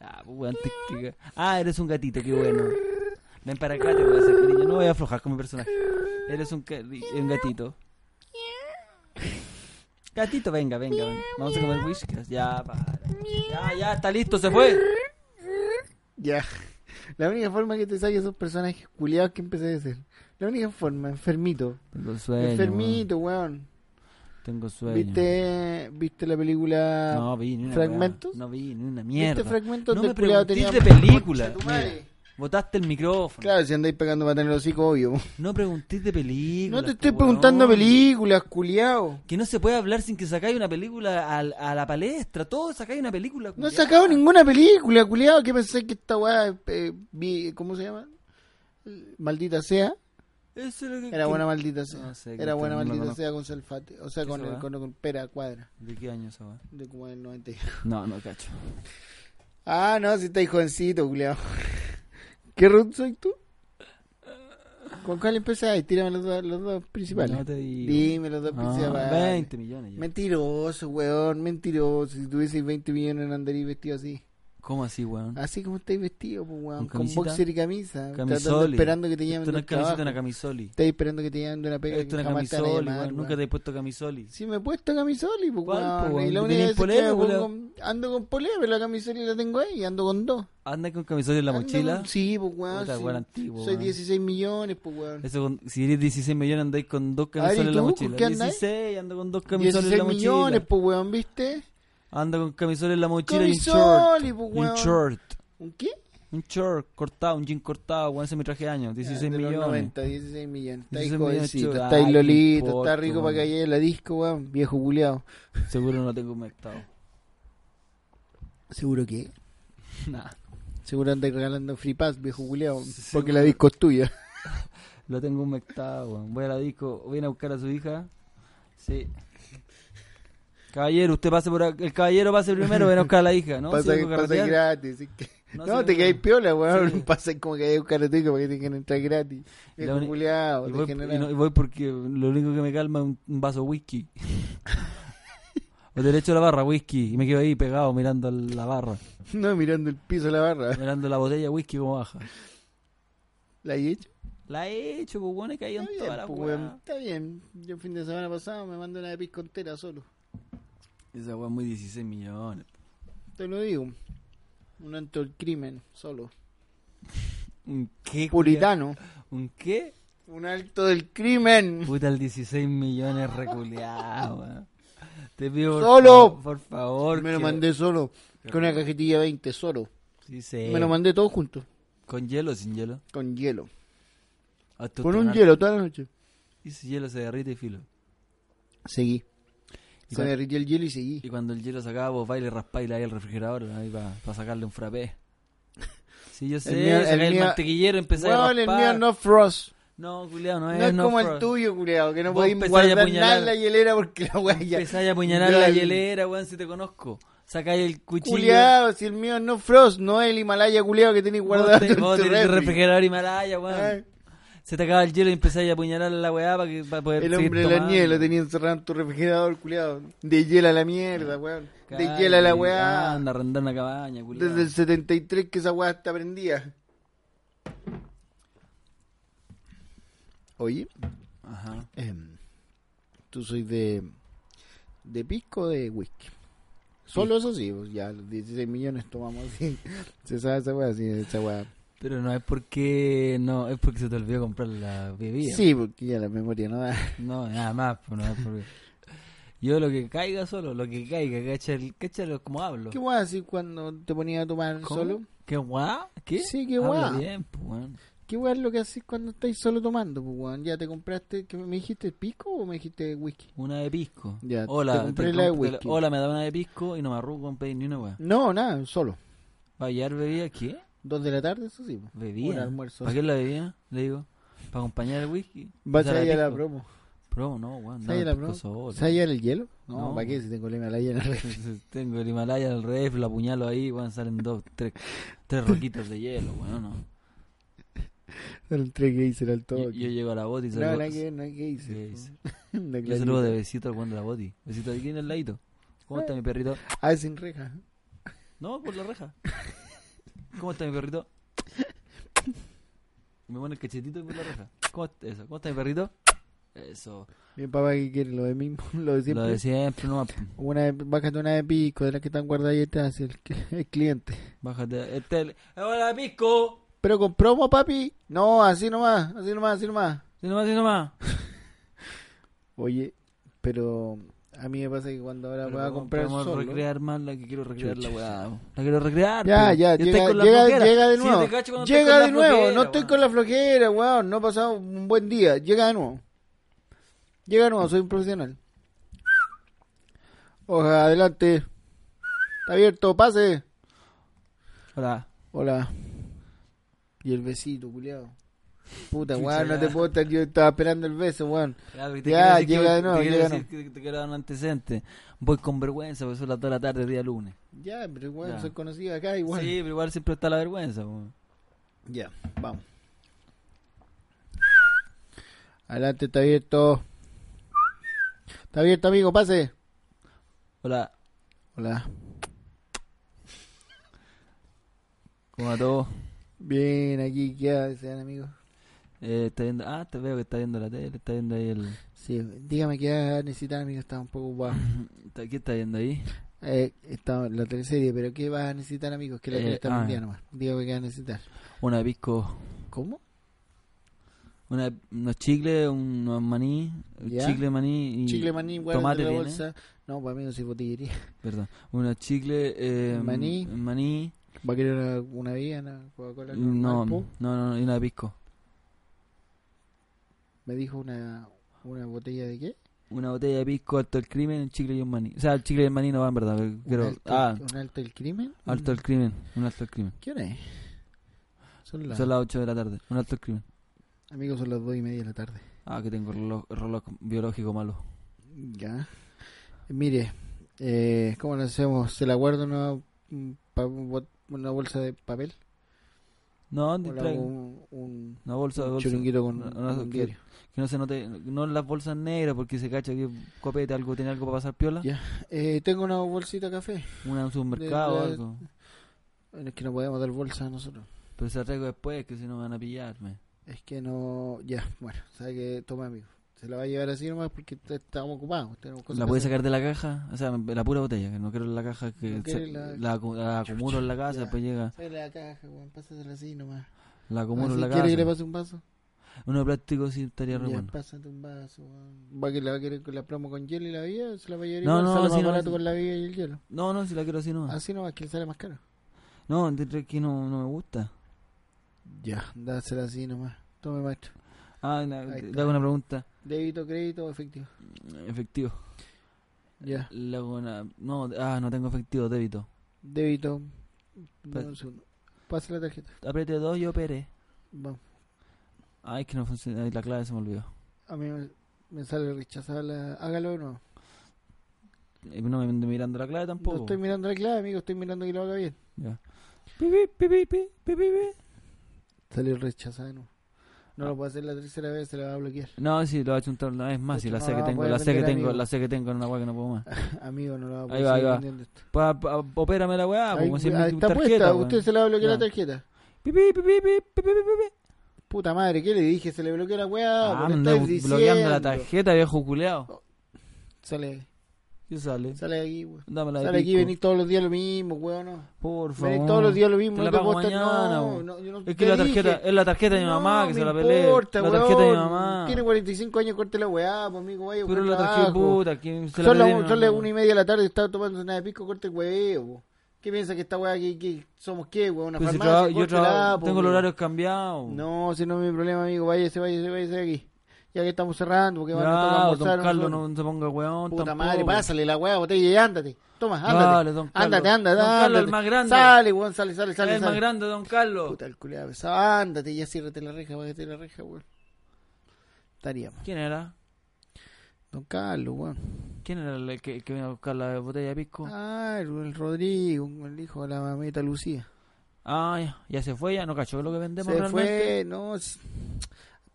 B: Ah, weón, te- que- ah, eres un gatito, qué bueno. Ven para acá, te voy a hacer cariño. No voy a aflojar con mi personaje. Eres un, cari- un gatito. Gatito, venga, venga, venga. Vamos a comer whiskas. Ya, para. Ya, ya, está listo, se fue.
A: Ya. La única forma que te saque esos personajes culiados que empecé a hacer. La única forma, enfermito.
B: Tengo sueño. weón.
A: enfermito, weón.
B: Tengo sueño.
A: ¿Viste, ¿Viste la película?
B: No vi ni una
A: ¿Fragmentos?
B: weá. No vi ni una
A: ¿Viste
B: mierda.
A: fragmentos
B: No
A: del
B: me
A: culiao tenía-
B: preguntís de película.
A: Concha tu madre.
B: Mira. Botaste el micrófono.
A: Claro, si andáis pegando para tener los hocico, obvio.
B: No preguntéis de película.
A: No te estoy preguntando películas, culiao.
B: Que no se puede hablar sin que sacáis una película al- a, la palestra. Todos sacáis una película.
A: No he
B: culiao.
A: sacado ninguna película, culiao. ¿Qué pensé que esta weá, eh, vi- ¿cómo se llama? Maldita sea.
B: Eso es lo que-
A: Era
B: que-
A: buena maldita sea.
B: No sé,
A: Era buena
B: no la
A: maldita
B: conozco.
A: sea con Salfate. O sea,
B: ¿Qué
A: con,
B: esa
A: el-
B: weá?
A: con, con Pera Cuadra.
B: ¿De qué año esa weá?
A: De como del 90.
B: No, no cacho.
A: Ah, no, si estáis jovencito, culiao. ¿Qué root soy tú? ¿Con cuál empezáis? Tírame los dos, los dos principales.
B: No te digo.
A: Dime los dos
B: Ah,
A: principales.
B: 20 millones. ya.
A: Mentiroso, weón, mentiroso. Si tuviese 20 millones en andaría vestido así.
B: ¿Cómo así, weón?
A: Así como estáis vestido, pues, weón.
B: ¿Con
A: Con,
B: camisita?
A: boxer y camisa.
B: Camisoli.
A: Tratando, esperando que te llamen
B: Esto no
A: del
B: es camiseta,
A: trabajo.
B: es una camisoli.
A: Estáis esperando que te llamen de una pega.
B: Esto
A: que
B: es una
A: jamás te van a
B: camisoli,
A: llamar,
B: weón. Nunca
A: weón.
B: te he puesto camisoli.
A: Sí, me he puesto camisoli, pues,
B: ¿Cuál,
A: weón.
B: pues,
A: Y la
B: weón?
A: única
B: ¿Tenés
A: vez que
B: polera,
A: me
B: culiao?
A: pongo- ando con polera, pero la camisola la tengo ahí. Ando con dos.
B: Anda con camisoli en la
A: Ando
B: mochila.
A: con- Sí, pues, weón.
B: Puta,
A: sí.
B: weón, antiguo,
A: Soy
B: weón.
A: 16 millones, pues, weón.
B: Eso con- si eres 16 millones andáis con dos
A: ver,
B: camisoles
A: ¿y
B: en la
A: tú? ¿Con
B: mochila.
A: qué andáis?
B: 16, ando con dos camisoles en
A: 16
B: la mochila.
A: millones, pues, weón, ¿viste?
B: Ando con camisoles en la mochila
A: Camisoli,
B: y
A: pues,
B: un short. Y un
A: weón.
B: short.
A: ¿Un qué?
B: Un short cortado, un jean cortado, weón, ese es mi traje de año, 16
A: De los
B: millones.
A: 90, 16 millones. Está ahí
B: 16 millones,
A: jovencito,
B: chuta.
A: está ahí
B: Ay,
A: lolito,
B: qué
A: está
B: importa,
A: rico
B: weón.
A: para que haya en la disco, weón. Viejo culiao.
B: Seguro no lo tengo conectado.
A: ¿Seguro que?
B: Nah,
A: Seguro andáis regalando free pass, viejo culiao.
B: Sí,
A: porque
B: weón.
A: la disco es tuya.
B: lo tengo conectado, weón. Voy a la disco, viene a buscar a su hija. Sí. Caballero, usted pase por acá. El caballero pase primero, viene a buscar a la hija, ¿no?
A: pasa
B: Sí,
A: que
B: vengo a
A: pasa
B: carretear.
A: gratis. es que- No,
B: No, sí,
A: te
B: no.
A: quedáis piola, weón.
B: Sí.
A: Pasa como que hay un carretito porque te quieren entrar gratis.
B: Y la
A: Viejo
B: uni-
A: culiao,
B: Y voy,
A: degenerado.
B: y no- y voy porque lo único que me calma es un, un vaso de whisky. o derecho a la barra, whisky. Y me quedo ahí pegado mirando la barra.
A: No, mirando el piso de la barra.
B: Mirando la botella de whisky como baja.
A: ¿La he hecho?
B: La he hecho, pues bueno, he caído
A: Está
B: en
A: bien,
B: toda la
A: pues, weón, está bien. Yo el fin de semana pasado me mandé una de pisco entera solo.
B: Esa weá es muy 16 millones.
A: Te lo digo. Un ante el crimen, solo.
B: ¿Un qué?
A: Puritano.
B: culiao? ¿Un qué?
A: Un alto del crimen.
B: Puta, el 16 millones reculeado, weón. Te pido por,
A: Solo.
B: fa- por favor.
A: Me lo
B: que-
A: mandé solo. Con una cajetilla 20 solo.
B: Sí, sé.
A: Me lo mandé todo junto.
B: ¿Con hielo o sin hielo?
A: Con hielo.
B: Ah, tú
A: Con
B: te
A: un
B: ganas-
A: hielo toda la noche.
B: Y si hielo se derrite y filo.
A: Seguí.
B: Y
A: Se
B: cuan-
A: derritió el hielo y seguí.
B: Y cuando el hielo se acaba, vos vais y le raspáis ahí al refrigerador, ahí para sacarle un frappé. Sí, yo sé,
A: El mío- el
B: sacáis el,
A: mío-
B: mantequillero empezás a
A: Weón, el
B: raspar.
A: mío no frost.
B: no, culiao, no
A: No
B: es,
A: es como el
B: frost.
A: tuyo, culeado, que no
B: Vos
A: podéis
B: empezás a
A: guardar nada
B: apuñalar.
A: en la hielera porque la weá ya.
B: Empezáis a apuñalar
A: Ya,
B: la
A: el-
B: hielera, weón, si te conozco. Sacáis el cuchillo.
A: Culeado, si el mío no frost, no es el Himalaya culeado que tenéis guardado
B: Vos, te,
A: en
B: vos
A: tu
B: tenés el
A: refri.
B: refrigerador Himalaya, weón.
A: Ay,
B: Se te acaba el hielo y empezáis a apuñalar la weá para, que, para poder
A: El
B: seguir
A: hombre de la
B: tomando.
A: nieve lo tenía encerrado en tu refrigerador, culeado. De hiela la mierda, weón. De
B: Cállate,
A: hiela la weá.
B: Anda a arrendar una cabaña, culiao.
A: Desde el 73 que esa weá está prendida. Oye,
B: Ajá.
A: em, tú soy de. de pisco o de whisky. Solo eso sí, pues ya los 16 millones tomamos así. Se sabe esa weá, sí, esa weá.
B: Pero no es porque no, es porque se te olvidó comprar la bebida.
A: Sí, porque ya la memoria no da.
B: No, nada más, pues, no es porque- Yo lo que caiga solo, lo que caiga, cacha, el- cacha lo- como hablo.
A: ¿Qué weá así cuando te ponías a tomar
B: ¿Cómo?
A: solo?
B: ¿Qué guá? ¿Qué?
A: Sí, qué
B: Habla
A: guá.
B: bien, pues, weón.
A: ¿Qué weá es lo que haces cuando estáis solo tomando, pues, weón? ¿Ya te compraste, que me dijiste pisco o me dijiste whisky?
B: Una de pisco.
A: Ya,
B: hola,
A: te compré la de
B: comp- te
A: whisky.
B: hola, me da una de pisco y no me arrugo en pedir ni una weá.
A: No, nada, solo.
B: ¿Va a llevar bebida? ¿Qué?
A: Dos de la tarde, eso sí. pues. Un
B: ¿Bebida?
A: almuerzo.
B: ¿Para qué es la bebida? Le digo. ¿Para acompañar el whisky?
A: ¿Vas
B: O sea,
A: a ir a la
B: pisco.
A: promo?
B: Promo, no, weón.
A: ¿Vas a ir a la
B: dame
A: promo?
B: pisco solo.
A: ¿Vas a ir al hielo? No,
B: No.
A: ¿para qué? Si tengo el Himalaya en la red.
B: Tengo el Himalaya al revés, lo apuñalo ahí, weón, salen dos, tres, tres roquitas de hielo, weón, no.
A: El tres geyser al
B: Yo,
A: todo.
B: yo llego a la boti y
A: no,
B: saludo.
A: nada que ver, no hay geyser.
B: Geyser.
A: Una
B: yo saludo de
A: clarita.
B: besito al weón de la boti. Besito aquí en el ladito. ¿Cómo está mi perrito?
A: Ah, es sin reja.
B: No, por la reja. ¿Cómo está mi perrito? Me pone el cachetito y por la reja. ¿Cómo está eso? ¿Cómo está mi perrito? Eso.
A: Mi papá que quiere lo de mismo, lo de siempre.
B: Lo de siempre, no
A: Una de, bájate una de pisco, de las que están guardadas ahí atrás, el, el cliente.
B: Bájate. El tele. ¡Hola, pisco!
A: Pero con promo, papi. No, así nomás, así nomás, así nomás.
B: Si nomás, si nomás.
A: Oye, pero a mí me pasa que cuando ahora voy a
B: Pero
A: comprar
B: podemos
A: solo,
B: recrear más la que quiero recrear la weá. La quiero recrear.
A: Ya,
B: po.
A: ya,
B: Ah, Yo
A: llega,
B: estoy con la
A: llega,
B: flojera.
A: llega de
B: Sí,
A: nuevo.
B: te cacho cuando estoy
A: llega
B: con la
A: de nuevo, no
B: flojera,
A: estoy
B: weón.
A: con la flojera, weón. No he pasado un buen día. Llega de nuevo. Llega de nuevo, soy un profesional. Oja, adelante. Está abierto, pase.
B: Hola.
A: Hola. Y el besito, culiado. Puta,
B: Chucha,
A: weón, no
B: ya.
A: te puedo estar. Yo estaba esperando el beso, weón.
B: Ya, porque te
A: Ya,
B: quiero decir
A: llega
B: que-
A: de nuevo,
B: te quiero
A: llega de
B: decir que Te quiero dar un antecedente. Voy con vergüenza, porque son las 2 de la tarde, día lunes.
A: Ya, pero weón,
B: Ya.
A: soy conocido acá igual.
B: Sí, pero igual siempre está la vergüenza. po.
A: Ya, vamos. Adelante, está abierto. Está abierto, amigo, pase.
B: Hola.
A: Hola.
B: Como a todos.
A: Bien, aquí, ¿qué hacen, amigos?
B: Eh, está viendo, ah, te veo que está viendo la tele, está viendo ahí el...
A: Sí, dígame qué necesitan, amigos, está un poco guapo.
B: está- ¿Qué está viendo ahí?
A: Eh, está la teleserie, pero ¿qué vas a necesitar, amigos? Que la
B: Eh,
A: tele está
B: ah.
A: mundial nomás. Dígame qué vas a necesitar.
B: Una pisco,
A: ¿Cómo?
B: una, unos chicles, unos maní, un
A: ¿Ya?
B: chicle maní y...
A: Chicle maní, guarda
B: tomate
A: de la
B: tiene.
A: bolsa. No, pues amigos, si botillería.
B: Perdón, unos chicles... Eh,
A: Maní.
B: Maní.
A: ¿Va a querer una, una bebida, una Coca-Cola?
B: No,
A: normal,
B: no,
A: po?
B: no, no, y una pisco.
A: Me dijo una, una botella de qué?
B: Una botella de pisco, alto el crimen, un chicle y un maní. O sea, el chicle y el maní no van, ¿verdad? Pero,
A: ¿Un,
B: pero-
A: alto,
B: ah,
A: ¿Un alto el crimen?
B: alto el crimen, un alto el crimen.
A: ¿Qué hora es? Son las,
B: Son las 8 de la tarde, un alto el crimen.
A: Amigos, son las dos y media de la tarde.
B: Ah, que tengo reloj, reloj biológico malo.
A: Ya. Mire, eh, ¿cómo lo hacemos? ¿Se la guardo en una, un pa- un bol- una bolsa de papel?
B: No,
A: ¿O
B: te
A: le
B: traigo
A: hago un, un
B: una bolsa de bolsa.
A: churinguito con
B: No, no,
A: con un
B: que-
A: diario?
B: Que no se note, no las bolsas negras porque se cacha que copete algo, tiene algo para pasar piola.
A: Ya. Eh, tengo una bolsita de café.
B: Una en un supermercado o
A: De- de-
B: algo.
A: Bueno, Es que no podemos dar bolsa a nosotros.
B: Pero se la traigo después que si no me van a pillarme.
A: Es que no... Ya, bueno, sabe que toma, amigo. Se la va a llevar así nomás porque t- estamos ocupados. Tenemos cosas
B: ¿La
A: que
B: puedes
A: hacer.
B: sacar de la caja? O sea, la pura botella, que no quiero la caja que
A: No
B: se-
A: quiere
B: la...
A: la-
B: acu- la acumulo en la casa,
A: Ya.
B: después llega,
A: Sácale la caja, weón. Pásasela así nomás.
B: la
A: Ah,
B: acumulo
A: si
B: en la
A: quiere que le
B: casa.
A: pase un vaso?
B: Uno de plástico sí estaría re
A: Ya,
B: bueno.
A: pásate un vaso, weón. ¿Va que la va a querer con la promo con hielo y la vida? ¿Se la va a llevar
B: No,
A: igual?
B: no,
A: ¿Sale
B: si
A: más
B: no, Ah.
A: barato
B: si-
A: con la vida y el hielo?
B: No, no, si la quiero así no.
A: Así nomás, que le sale más caro.
B: No, entre que no, no me gusta.
A: Ya, dásela así nomás. Tome, maestro.
B: Ah, la-
A: Ahí
B: le
A: está.
B: hago una pregunta.
A: Débito, crédito, efectivo.
B: Efectivo.
A: Ya.
B: Le hago una... No, ah, no tengo efectivo, débito.
A: Débito. Dame
B: Pa-
A: un segundo. Pasa la tarjeta.
B: Apriete dos y opere.
A: Vamos.
B: Ay, es que no funciona. Ay, la clave se me olvidó.
A: A mí me, me sale rechazada la... Hágalo o no.
B: Eh, No me ando mirando la clave
A: No
B: tampoco.
A: estoy mirando la clave, amigo. Estoy mirando que lo haga bien.
B: Ya. Pi, pi, pi, pi, pi, pi, pi, pi.
A: Sale rechazada no. No lo puedo hacer la tercera vez, se la va a bloquear.
B: No, sí, lo va a chuntar una vez más.
A: Pucha,
B: Y la
A: no
B: sé
A: la
B: que
A: va a
B: tengo,
A: poder
B: la sé que
A: vender,
B: tengo,
A: amigo.
B: la sé que tengo en una weá que no puedo más.
A: Amigo, no lo va a
B: Ahí
A: poder
B: va, ahí
A: seguir
B: va.
A: vendiendo esto.
B: Pa, pa- opérame la weá,
A: Ahí-
B: como si es
A: ahí
B: mi
A: está
B: tarjeta.
A: puesta,
B: weón.
A: usted se la va a bloquear
B: Ya.
A: la tarjeta.
B: Pi, pi, pi, pi, pi, pi, pi, pi, pi.
A: Puta madre, ¿qué le dije? Se le bloqueó la weá.
B: Ah,
A: pues le
B: ando
A: estáis
B: bloqueando
A: diciendo.
B: la tarjeta, viejo culeado.
A: Sale,
B: ¿Qué sale?
A: sale aquí, weón.
B: Dame la de
A: Sale aquí,
B: pico.
A: venís todos los días lo mismo, weón. No.
B: Por favor.
A: Venís todos los días lo mismo,
B: Te
A: no
B: la
A: te
B: pago
A: puedo estar-
B: mañana,
A: no,
B: weón.
A: no, yo no-
B: Es que
A: te
B: la
A: dije.
B: tarjeta, es la tarjeta de mi
A: No,
B: mamá que
A: me
B: se la peleé.
A: importa,
B: La tarjeta de mi
A: weón.
B: mamá.
A: Tiene 45 años, corte la weá, pues amigo, vaya.
B: Pero
A: buen
B: la tarjeta
A: trabajo.
B: puta, que se la
A: Son las
B: peleé, no,
A: son las
B: no.
A: una y media de la tarde, estaba tomando una de pisco, corte el huevo. po. ¿Qué piensa que esta weá que, que somos qué, weón? Una
B: Pero Pues si
A: farmacia,
B: traba- yo
A: córtela,
B: traba-
A: po,
B: tengo los
A: weón.
B: horarios cambiados.
A: No, si no es mi problema, amigo. Váyase, váyase, váyase de aquí. Ya que estamos cerrando, porque van a tocar
B: Ya, don
A: almorzar,
B: Carlos,
A: nosotros.
B: no se ponga weón.
A: Puta
B: tampoco.
A: madre, pásale la weá, botella y ándate. Toma, ándate.
B: Dale, don Carlos.
A: Ándate, ándate,
B: Don Carlos, el
A: ándate.
B: más grande.
A: Sale, weón, sale, sale,
B: Es
A: sale.
B: el
A: sale.
B: más grande, don Carlos.
A: Puta, el culiado pesado. Ándate, ya ciérrate la reja, bájate la reja, weón. Estaríamos.
B: ¿Quién era?
A: Don Carlos, weón.
B: ¿Quién era el que, el que vino a buscar la botella de pisco?
A: Ah, el, el Rodrigo, el hijo de la mamita Lucía.
B: Ah, ya, ya se fue, ya no cacho. ¿Qué es lo que vendemos
A: Se
B: realmente?
A: fue, no. s-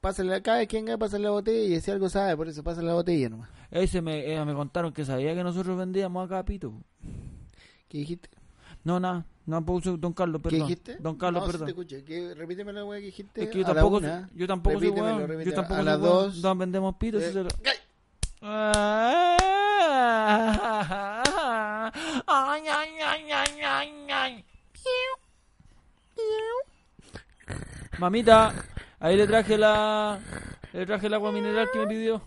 A: Pásale acá, quien venga, pásale la botella. Y si algo sabe, por eso pásale la botella nomás.
B: Ese me, eh, me contaron que sabía que nosotros vendíamos acá pito.
A: ¿Qué dijiste?
B: No, nada, no puso don Carlos, perdón.
A: ¿Qué dijiste?
B: Don Carlos,
A: no, si
B: perdón.
A: te escucho. ¿Qué? Repíteme la weá que dijiste.
B: Es que yo
A: a la
B: tampoco,
A: una.
B: yo tampoco soy
A: Repítemelo,
B: weón. Yo
A: repítemelo.
B: tampoco
A: A
B: soy
A: las
B: weón.
A: dos.
B: No vendemos pito.
A: Eh,
B: si se lo-
A: ¡ay!
B: Ay, ay, ay, ay, ay, ay. Mamita, ahí le traje la. Le traje el agua mineral que me pidió.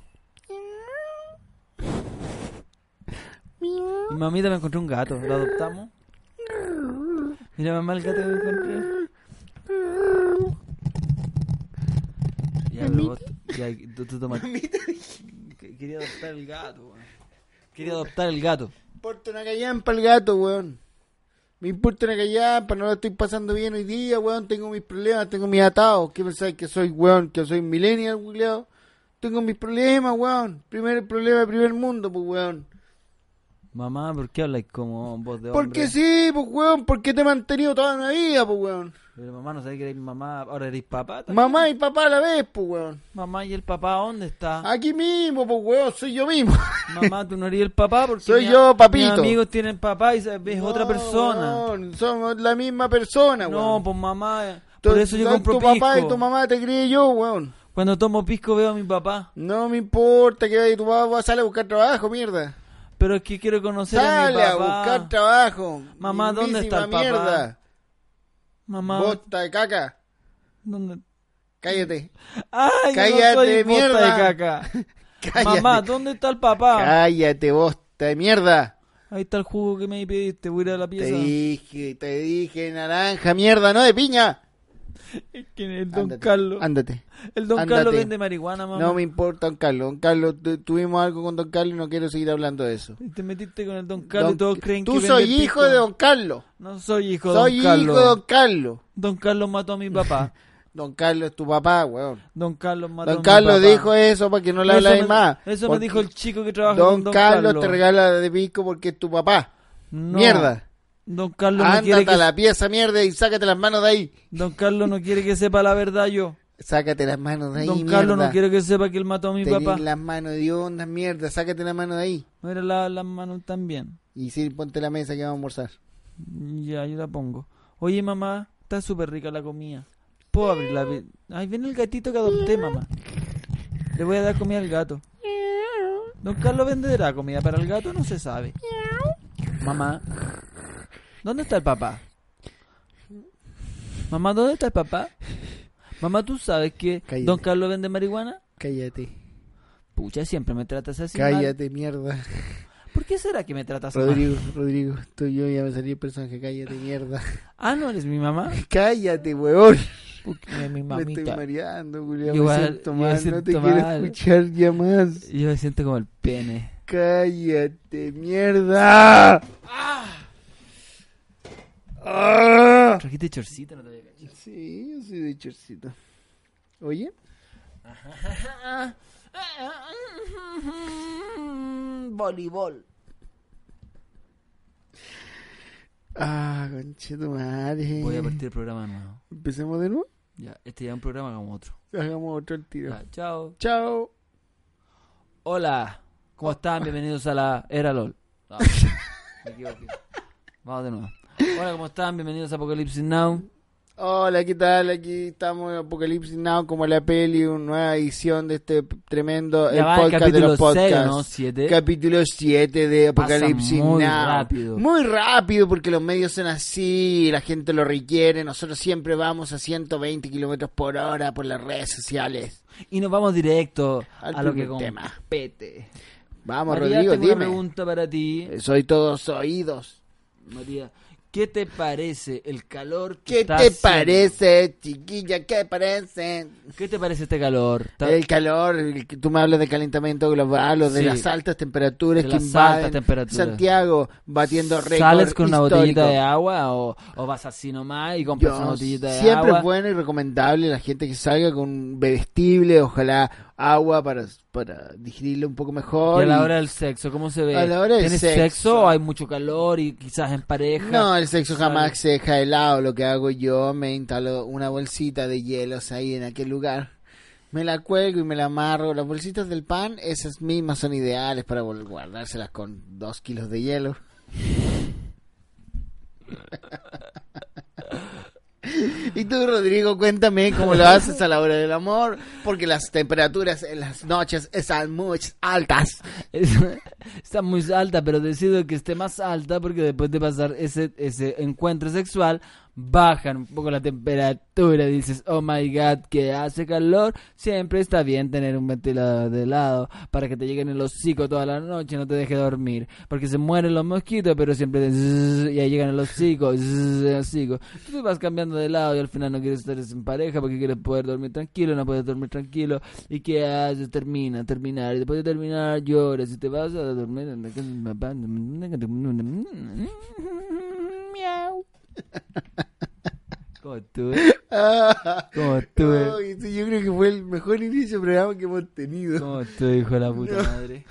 B: Y mamita me encontré un gato, lo adoptamos. Mira, mamá, el gato que me encontré. Ya, pero vos- ya, tú, tú tomas- Que- Quería adoptar el gato, weón. Quería adoptar el gato.
A: Importa una callampa al gato, weón. Me importa una callampa, no la estoy pasando bien hoy día, weón. Tengo mis problemas, tengo mis atados. ¿Qué pensáis que soy, weón? Que soy millennial, weón. Tengo mis problemas, weón. Primer problema de primer mundo, pues, weón.
B: Mamá, ¿por qué hablas como voz de hombre?
A: Porque sí, pues weón, porque te he mantenido toda una vida, pues weón.
B: Pero mamá, no sabés que eres mamá, ahora eres papá. también.
A: Mamá y papá a la vez, pues weón.
B: Mamá, ¿y el papá dónde está?
A: Aquí mismo, pues weón, soy yo mismo.
B: Mamá, tú no eres el papá porque
A: Soy
B: mi-
A: yo, papito.
B: Mis amigos tienen papá y es otra
A: No,
B: persona.
A: weón, somos la misma persona, weón.
B: No, pues mamá,
A: Tu-
B: por eso yo
A: tu-
B: compro
A: Tu papá y
B: pisco.
A: tu mamá te crié yo, weón.
B: Cuando tomo pisco veo a mi papá.
A: No me importa que vaya tu papá sale a buscar trabajo, mierda.
B: Pero es que quiero conocer
A: Sale
B: a
A: a
B: mi papá.
A: buscar trabajo.
B: Mamá, ¿dónde está el
A: Mismísima
B: papá?
A: mierda.
B: Mamá,
A: Bosta de caca.
B: ¿dónde?
A: Cállate.
B: ¡Ay,
A: Cállate,
B: yo no soy bosta
A: mierda.
B: de caca!
A: Cállate.
B: Mamá, ¿dónde está el papá?
A: Cállate, bosta de mierda.
B: Ahí está el jugo que me pediste, voy a ir a la
A: Te
B: pieza.
A: dije, te dije naranja, mierda, no de piña.
B: Es que el Don
A: Ándate,
B: Carlos.
A: Ándate.
B: El Don
A: ándate.
B: Carlos vende marihuana, mamá.
A: No me importa, don Carlos. Don Carlos, tu- tuvimos algo con don Carlos y no quiero seguir hablando de eso.
B: Y Te metiste con el Don Carlos
A: Don-
B: y todos creen
A: Tú
B: que vende
A: soy hijo
B: pisco.
A: de don Carlos.
B: No soy hijo de
A: Soy
B: Don
A: hijo de
B: Carlos.
A: don Carlos.
B: Don Carlos mató a mi papá.
A: Don Carlos es tu papá, weón.
B: Don Carlos mató a
A: Don
B: mi
A: Carlos
B: papá.
A: dijo eso para que no le
B: Eso
A: habláis
B: me-
A: más.
B: Eso
A: Porque
B: me dijo el chico que trabaja
A: Don,
B: con Don
A: Carlos,
B: Carlos.
A: te regala de pisco porque es tu papá.
B: No,
A: Mierda.
B: Don Carlos, no
A: Ándate
B: quiere
A: a
B: que...
A: la pieza, mierda, y sácate las manos de ahí.
B: Don Carlos no quiere que sepa la verdad yo.
A: Sácate las manos de ahí,
B: Don
A: mierda.
B: Carlos no quiere que sepa que él mató a mi
A: Tenés
B: papá.
A: las manos de onda, mierda. Sácate las manos de ahí.
B: Mira la- las manos también.
A: Y sí, ponte la mesa que vamos a almorzar.
B: Ya, yo la pongo. Oye, mamá, está súper rica la comida. Puedo abrirla. Ve- Ahí viene el gatito que adopté, mamá. Le voy a dar comida al gato. Don Carlos venderá comida para el gato, no se sabe. Mamá, ¿dónde está el papá? Mamá, ¿dónde está el papá? Mamá, ¿tú sabes que
A: Cállate.
B: Don Carlos vende marihuana?
A: Cállate.
B: Pucha, siempre me tratas así. mal.
A: Cállate, mierda.
B: ¿Por qué será que me tratas así?
A: Rodrigo, Rodrigo, tú y yo ya me salí el personaje. Cállate, mierda.
B: Ah, no eres mi mamá.
A: Cállate, weón.
B: Porque
A: Me
B: mi mamita.
A: estoy mareando, Julián.
B: Igual,
A: me siento
B: yo
A: mal. no
B: siento
A: te quiero
B: mal.
A: escuchar ya más.
B: Yo me siento como el pene.
A: Cállate, mierda. ¡Ah!
B: Trajiste chorcito, no te había cachado.
A: Sí, yo soy de chorcito. Oye,
B: Voleibol.
A: ah, conchito madre.
B: Voy a partir el programa nuevo.
A: Empecemos de nuevo.
B: Ya, este ya es un programa como otro.
A: Hagamos otro al tiro.
B: Ya, chao.
A: Chao.
B: Hola, ¿cómo están? Bienvenidos a la Era LOL. No, me equivoqué. Vamos de nuevo. Hola, ¿cómo están? Bienvenidos a Apocalipsis Now.
A: Hola, ¿qué tal? Aquí estamos en Apocalipsis Now, como la peli, una nueva edición de este tremendo
B: Ya
A: el
B: va el
A: podcast de
B: capítulo
A: los
B: 6,
A: podcasts.
B: ¿no? 7.
A: Capítulo 7 de Apocalipsis
B: Pasa muy
A: Now.
B: rápido.
A: Muy rápido porque los medios son así, la gente lo requiere. Nosotros siempre vamos a 120 kilómetros por hora por las redes sociales.
B: y nos vamos directo
A: Al
B: a lo que
A: primer tema.
B: compete.
A: Vamos,
B: María,
A: Rodrigo,
B: tengo una
A: dime.
B: pregunta para ti.
A: Eh, Soy todos oídos.
B: María, ¿qué te parece el calor que
A: ¿Qué
B: está
A: te
B: haciendo?
A: parece, chiquilla? ¿Qué parece?
B: ¿Qué te parece este calor? Está-
A: El calor, el que tú me hablas de calentamiento global o de
B: Sí.
A: las altas temperaturas
B: De
A: que
B: las
A: invaden
B: altas temperaturas.
A: Santiago, batiendo récords
B: ¿Sales con una botellita de
A: históricos.
B: agua o, o vas así nomás y compras una
A: Yo,
B: botellita de
A: siempre
B: agua?
A: es bueno y recomendable la gente que salga con bebestible, ojalá agua para, para digerirlo un poco
B: Y
A: mejor.
B: a la
A: y-
B: hora del sexo, ¿cómo se ve?
A: A la hora del
B: ¿Tienes
A: sexo.
B: o hay mucho calor y quizás en pareja?
A: No, el sexo
B: Sale.
A: jamás se deja de lado. Lo que hago yo, me instalo una bolsita de hielos ahí en aquel lugar. Me la cuelgo y me la amarro. Las bolsitas del pan, esas mismas son ideales para vol- guardárselas con dos kilos de hielo. Y tú, Rodrigo, cuéntame cómo lo haces a la hora del amor, porque las temperaturas en las noches están muy altas.
B: Es- está muy alta, pero decido que esté más alta porque después de pasar ese, ese encuentro sexual, bajan un poco la temperatura. Dices, oh my god, que hace calor. Siempre está bien tener un ventilador de lado para que te lleguen el hocico toda la noche, no te deje dormir. Porque se mueren los mosquitos, Oh, pero siempre te zzzz, y ahí llegan el hocico, zzzz, el hocico. Tú te vas cambiando de lado y al final no quieres estar en pareja porque quieres poder dormir tranquilo, no puedes dormir tranquilo. ¿Y qué haces? Termina, terminar. Y después de terminar lloras y te vas a dormir en la casa de mi papá. Miau. ¿Cómo estuve? ¿Cómo estuve?
A: Ay, sí, yo creo que fue el mejor inicio de programa que hemos tenido.
B: ¿Cómo estuve, hijo de la puta madre?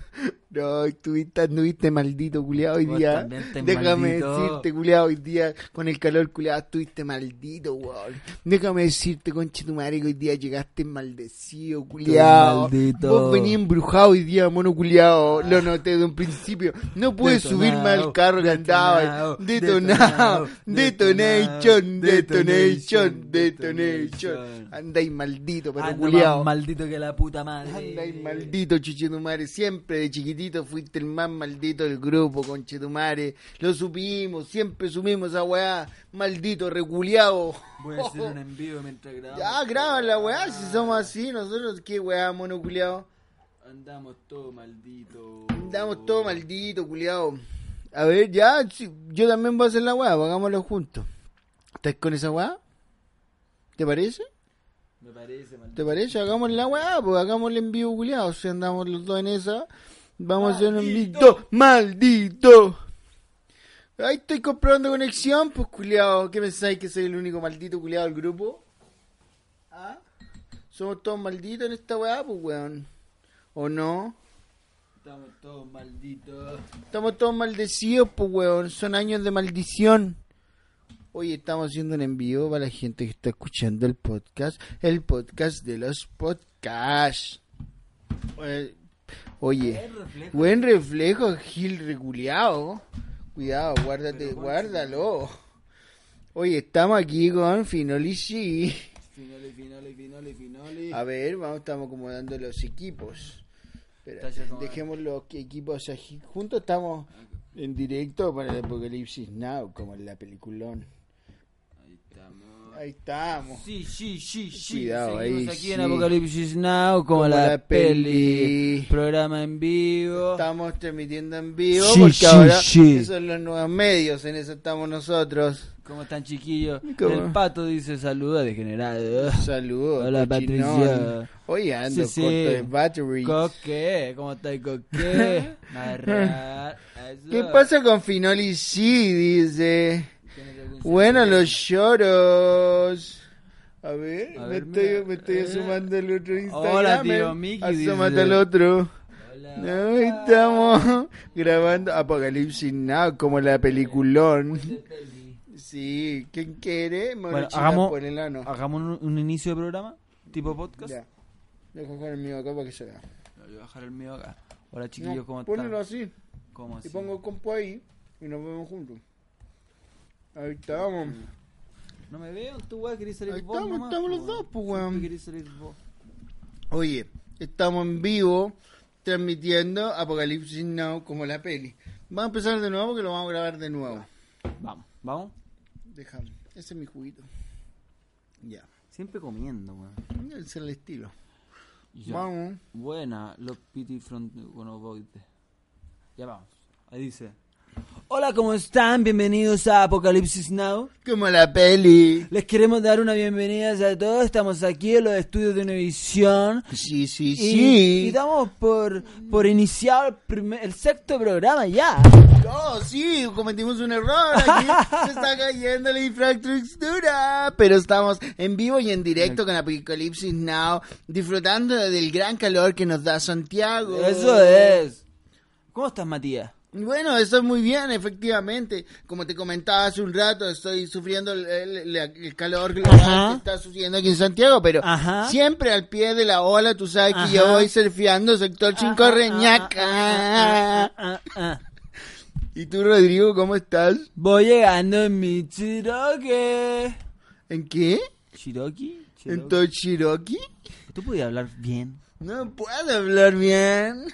A: No, estuviste, anduviste maldito, culiado, hoy
B: Vos
A: día.
B: también estás
A: Déjame
B: maldito.
A: decirte, culiado, hoy día, con el calor, culiado, estuviste maldito, weón. Déjame decirte, conche tu madre, que hoy día llegaste maldecido, culiado.
B: maldito. Ah.
A: Vos venís embrujado hoy día, mono culiado. Lo noté de un principio. No pude
B: Detonado,
A: subirme al carro que andaba.
B: detonado,
A: Detonado, detonation,
B: detonado,
A: detonation,
B: detonation,
A: detonation.
B: detonation.
A: Andáis maldito, pero
B: Anda
A: culiado.
B: más Ah, maldito que la puta madre.
A: Andáis maldito, Chichetumare. Siempre de chiquitito fuiste el más maldito del grupo, conchetumare. Lo supimos, siempre supimos a weá. Maldito, reculeado.
B: Voy a hacer un envío mientras grabamos.
A: Ya, graba la weá, si somos así. Nosotros, qué weá, mono culiao.
B: Andamos todo maldito.
A: Andamos todo maldito, culiao. A ver, ya, si- yo también voy a hacer la weá, hagámoslo juntos. ¿Estás con esa weá? ¿Te parece?
B: Me parece maldito.
A: ¿Te parece? Hagamos la weá, pues hagámosle en vivo, culiado. Si andamos los dos en esa, vamos a hacer un maldito,
B: ¡Maldito!
A: maldito. Ahí estoy comprobando conexión, pues culiado. ¿Qué pensáis que soy el único maldito culiado del grupo? ¿Ah? Somos todos malditos en esta weá, pues weón. ¿O no?
B: Estamos todos malditos.
A: Estamos todos maldecidos, pues weón. Son años de maldición. Hoy estamos haciendo un envío para la gente que está escuchando el podcast, el podcast de los podcasts. Eh, Oye,
B: Es reflejo.
A: buen reflejo, Gil reculeado. Cuidado, guárdate, guárdalo. Oye, estamos aquí con Finoli G.
B: Finole, finole, finole, finole.
A: A ver, vamos, estamos acomodando los equipos. Espera,
B: Está ya acomodado.
A: dejemos los que- equipos aquí juntos. Estamos en directo para el Apocalipsis Now, como en la peliculón.
B: Ahí estamos.
A: Ahí estamos.
B: Sí, sí, sí, sí.
A: Cuidado,
B: Seguimos
A: ahí,
B: aquí
A: sí.
B: en Apocalipsis Now como, la, peli. Programa en vivo.
A: Estamos transmitiendo en vivo
B: Sí,
A: porque
B: sí,
A: ahora
B: sí.
A: esos son los nuevos medios, en eso estamos nosotros.
B: ¿Cómo están, chiquillos?
A: ¿Cómo?
B: El pato dice saluda degenerado.
A: Saludos.
B: Hola,
A: cochinón.
B: Patricia.
A: Oye, ando
B: Sí, sí.
A: corto de battery.
B: Coque, ¿cómo está el coque? Marrar, eso.
A: ¿Qué pasa con Finoli sí Dice.
B: ¿Tienes algún
A: Bueno, los lloros. A ver,
B: A
A: me,
B: ver,
A: estoy,
B: mira.
A: me estoy
B: Eh.
A: asomando al otro Instagram.
B: Hola, tío
A: eh.
B: Miki,
A: Asómate
B: dice.
A: al otro.
B: sentido? Hola,
A: Ahí
B: hola.
A: estamos grabando Apocalipsis Now como la peliculón. Sí, ¿quién quiere?
B: Bueno,
A: Morochita
B: hagamos,
A: por el ano.
B: hagamos un, un inicio de programa, tipo podcast.
A: Ya. Deja con el mío acá para que se vea.
B: Voy a bajar el mío acá. Hola, chiquillos,
A: No,
B: ¿cómo
A: ponelo
B: están?
A: así
B: ¿Cómo
A: y
B: así?
A: pongo el compo ahí y nos vemos juntos. Ahí estamos.
B: No me veo, tú, weón, querés salir
A: Ahí
B: vos.
A: estamos,
B: nomás,
A: estamos los
B: weón.
A: dos, pues, weón.
B: Siempre querés salir vos.
A: Oye, estamos en vivo transmitiendo Apocalipsis Now como la peli. Vamos a empezar de nuevo porque lo vamos a grabar de nuevo.
B: Vamos, vamos.
A: Déjame, ese es mi juguito. Ya,
B: Siempre comiendo, weón.
A: ese es el estilo.
B: Ya.
A: Vamos.
B: Buena, los piti front conovoides. Ya vamos. Ahí dice. Hola, ¿cómo están? Bienvenidos a Apocalipsis Now.
A: Como la peli.
B: Les queremos dar una bienvenida a todos. Estamos aquí en los estudios de Univisión.
A: Sí, sí,
B: Y,
A: sí.
B: y damos por, por iniciar el, primer- el sexto programa ya.
A: Oh, sí, cometimos un error aquí. Se está cayendo la infraestructura. Pero estamos en vivo y en directo con Apocalipsis Now, disfrutando del gran calor que nos da Santiago.
B: Eso es. ¿Cómo estás, Matías?
A: Bueno, eso es muy bien, efectivamente. Como te comentaba hace un rato, estoy sufriendo el, el- el calor global
B: Ajá.
A: que está sucediendo aquí en Santiago, pero
B: Ajá.
A: siempre al pie de la ola, tú sabes que
B: Ajá.
A: yo voy surfeando sector 5 Reñaca.
B: Ah, ah, ah, ah, ah.
A: ¿Y tú, Rodrigo, cómo estás?
B: Voy llegando en mi Cherokee.
A: ¿En qué?
B: ¿Cherokee?
A: ¿En
B: Cherokee.
A: Tochiroki?
B: ¿Tú podías hablar bien?
A: No puedo hablar bien.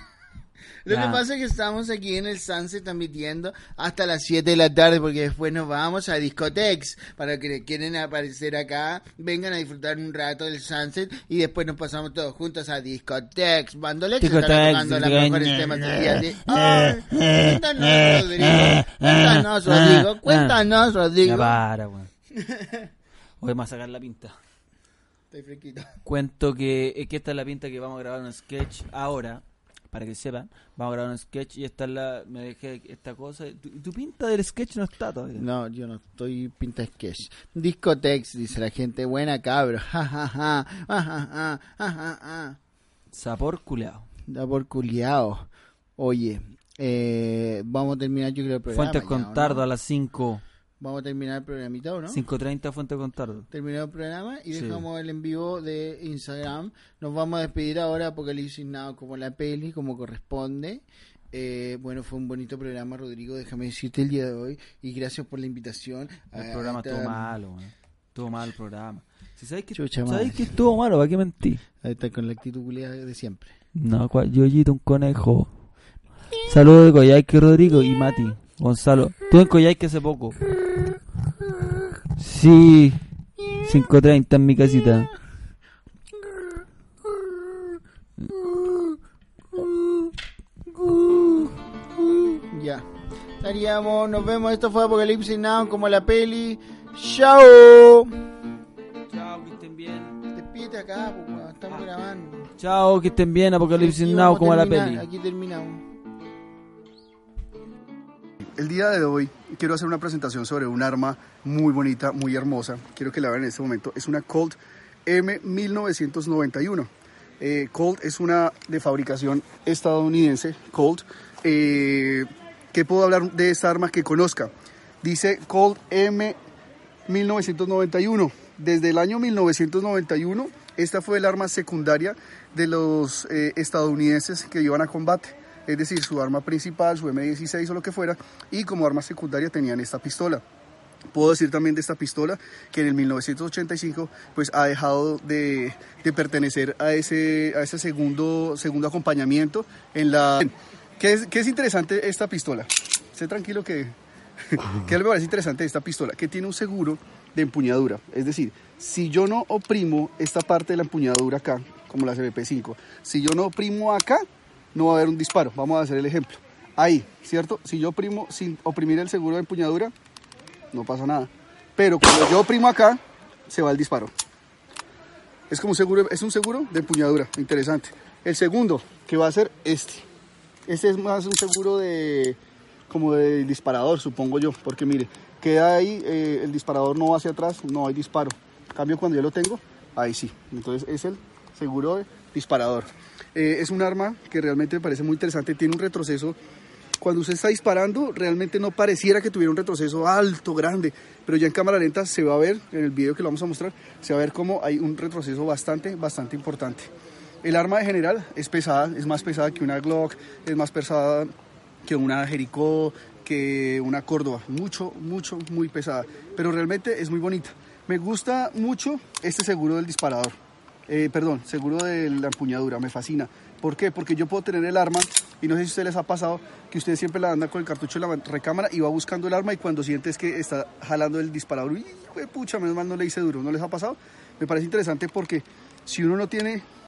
A: Lo
B: Ya.
A: que pasa es que estamos aquí en el Sunset transmitiendo hasta las 7 de la tarde porque después nos vamos a discotex. Para que quieren aparecer acá, vengan a disfrutar un rato del Sunset y después nos pasamos todos juntos a discotex. Bandolex estará
B: Discotex,
A: tocando los
B: discotex.
A: mejores temas del día de hoy. Cuéntanos, Rodrigo. Cuéntanos, Rodrigo. Cuéntanos,
B: Ah, Ya
A: Rodrigo.
B: para, weón. Voy a sacar la pinta.
A: Estoy fresquito.
B: Cuento que, eh, que esta es la pinta que vamos a grabar un sketch ahora. Para que sepan, vamos a grabar un sketch y esta es la. Me dejé esta cosa. Tu, tu pinta del sketch no está todavía.
A: No, yo no estoy pinta sketch. Discotex, dice la gente. Buena, cabro. Ja, ja, ja. Ja, ja, ja. Ja, ja, ja.
B: Sabor culeado.
A: Da por culiao. Oye, eh, vamos a terminar yo creo el programa.
B: Fuentes
A: ya, ¿o
B: con
A: no?
B: tardo a las 5.
A: Vamos a terminar el programita, ¿o no?
B: 5.30 Fuentes con tardo.
A: Terminado el programa y
B: Sí.
A: dejamos el en vivo de Instagram. Nos vamos a despedir ahora Apocalipsis Now como la peli, como corresponde. Eh, bueno, fue un bonito programa, Rodrigo. Déjame decirte el día de hoy y gracias por la invitación.
B: El
A: Ah,
B: programa
A: está-
B: estuvo malo, weón. Estuvo mal el programa. Si sabes que,
A: Chucha
B: sabes
A: madre.
B: que estuvo malo, ¿para qué mentí?
A: Ahí está con la actitud culiada de siempre.
B: No, cua- Yoyito, un conejo. Saludos de Coyhaique, Rodrigo y Mati. Gonzalo. Estuve en Coyhaique hace poco. Sí. 5.30 en mi casita.
A: Ya. Estaríamos, nos vemos. Esto fue Apocalipsis Now como la peli. ¡Chao!
B: Chao, que estén bien.
A: Despídete acá, pues, weón, estamos
B: Ah.
A: grabando.
B: Chao, que estén bien. Apocalipsis
A: Aquí
B: Now
A: vamos a
B: como la
A: terminar,
B: peli.
A: Aquí terminamos.
C: El día de hoy quiero hacer una presentación sobre un arma muy bonita, muy hermosa. Quiero que la vean en este momento. Es una Colt M1991. Eh, Colt es una de fabricación estadounidense. Colt. Eh, ¿Qué puedo hablar de esta arma que conozca? Dice Colt M1991. Desde el año 1991, esta fue el arma secundaria de los eh, estadounidenses que iban a combate. Es decir, su arma principal, su M16 o lo que fuera, y como arma secundaria tenían esta pistola. Puedo decir también de esta pistola que en el 1985 pues ha dejado de, de pertenecer a ese, a ese segundo, segundo acompañamiento en la... ¿Qué es, qué es interesante esta pistola? Sé tranquilo que ¿Qué me parece interesante de esta pistola? Que tiene un seguro de empuñadura. Es decir, si yo no oprimo esta parte de la empuñadura acá, como la CBP5, si yo no oprimo acá, no va a haber un disparo. Vamos a hacer el ejemplo. Ahí, ¿cierto? Si yo oprimo sin oprimir el seguro de empuñadura, no pasa nada. Pero cuando yo oprimo acá, se va el disparo. Es como un seguro, es un seguro de empuñadura, interesante. El segundo, que va a ser este. Este es más un seguro de como de disparador, supongo yo, porque mire, queda ahí, eh, el disparador no va hacia atrás, no hay disparo. En Cambio cuando yo lo tengo, ahí sí. Entonces es el seguro de disparador. Eh, es un arma que realmente me parece muy interesante, tiene un retroceso cuando usted está disparando, realmente no pareciera que tuviera un retroceso alto, grande, pero ya en cámara lenta se va a ver, en el video que lo vamos a mostrar, se va a ver cómo hay un retroceso bastante, bastante importante. El arma en general es pesada, es más pesada que una Glock, es más pesada que una Jericó, que una Córdoba, mucho, mucho, muy pesada, pero realmente es muy bonita. Me gusta mucho este seguro del disparador. Eh, perdón, seguro de la empuñadura, me fascina. ¿Por qué? Porque yo puedo tener el arma y no sé si a ustedes les ha pasado que ustedes siempre la andan con el cartucho en la recámara y va buscando el arma y cuando sientes que está jalando el disparador, uy, hijo de pucha, menos mal no le hice duro, ¿no les ha pasado? Me parece interesante porque si uno no tiene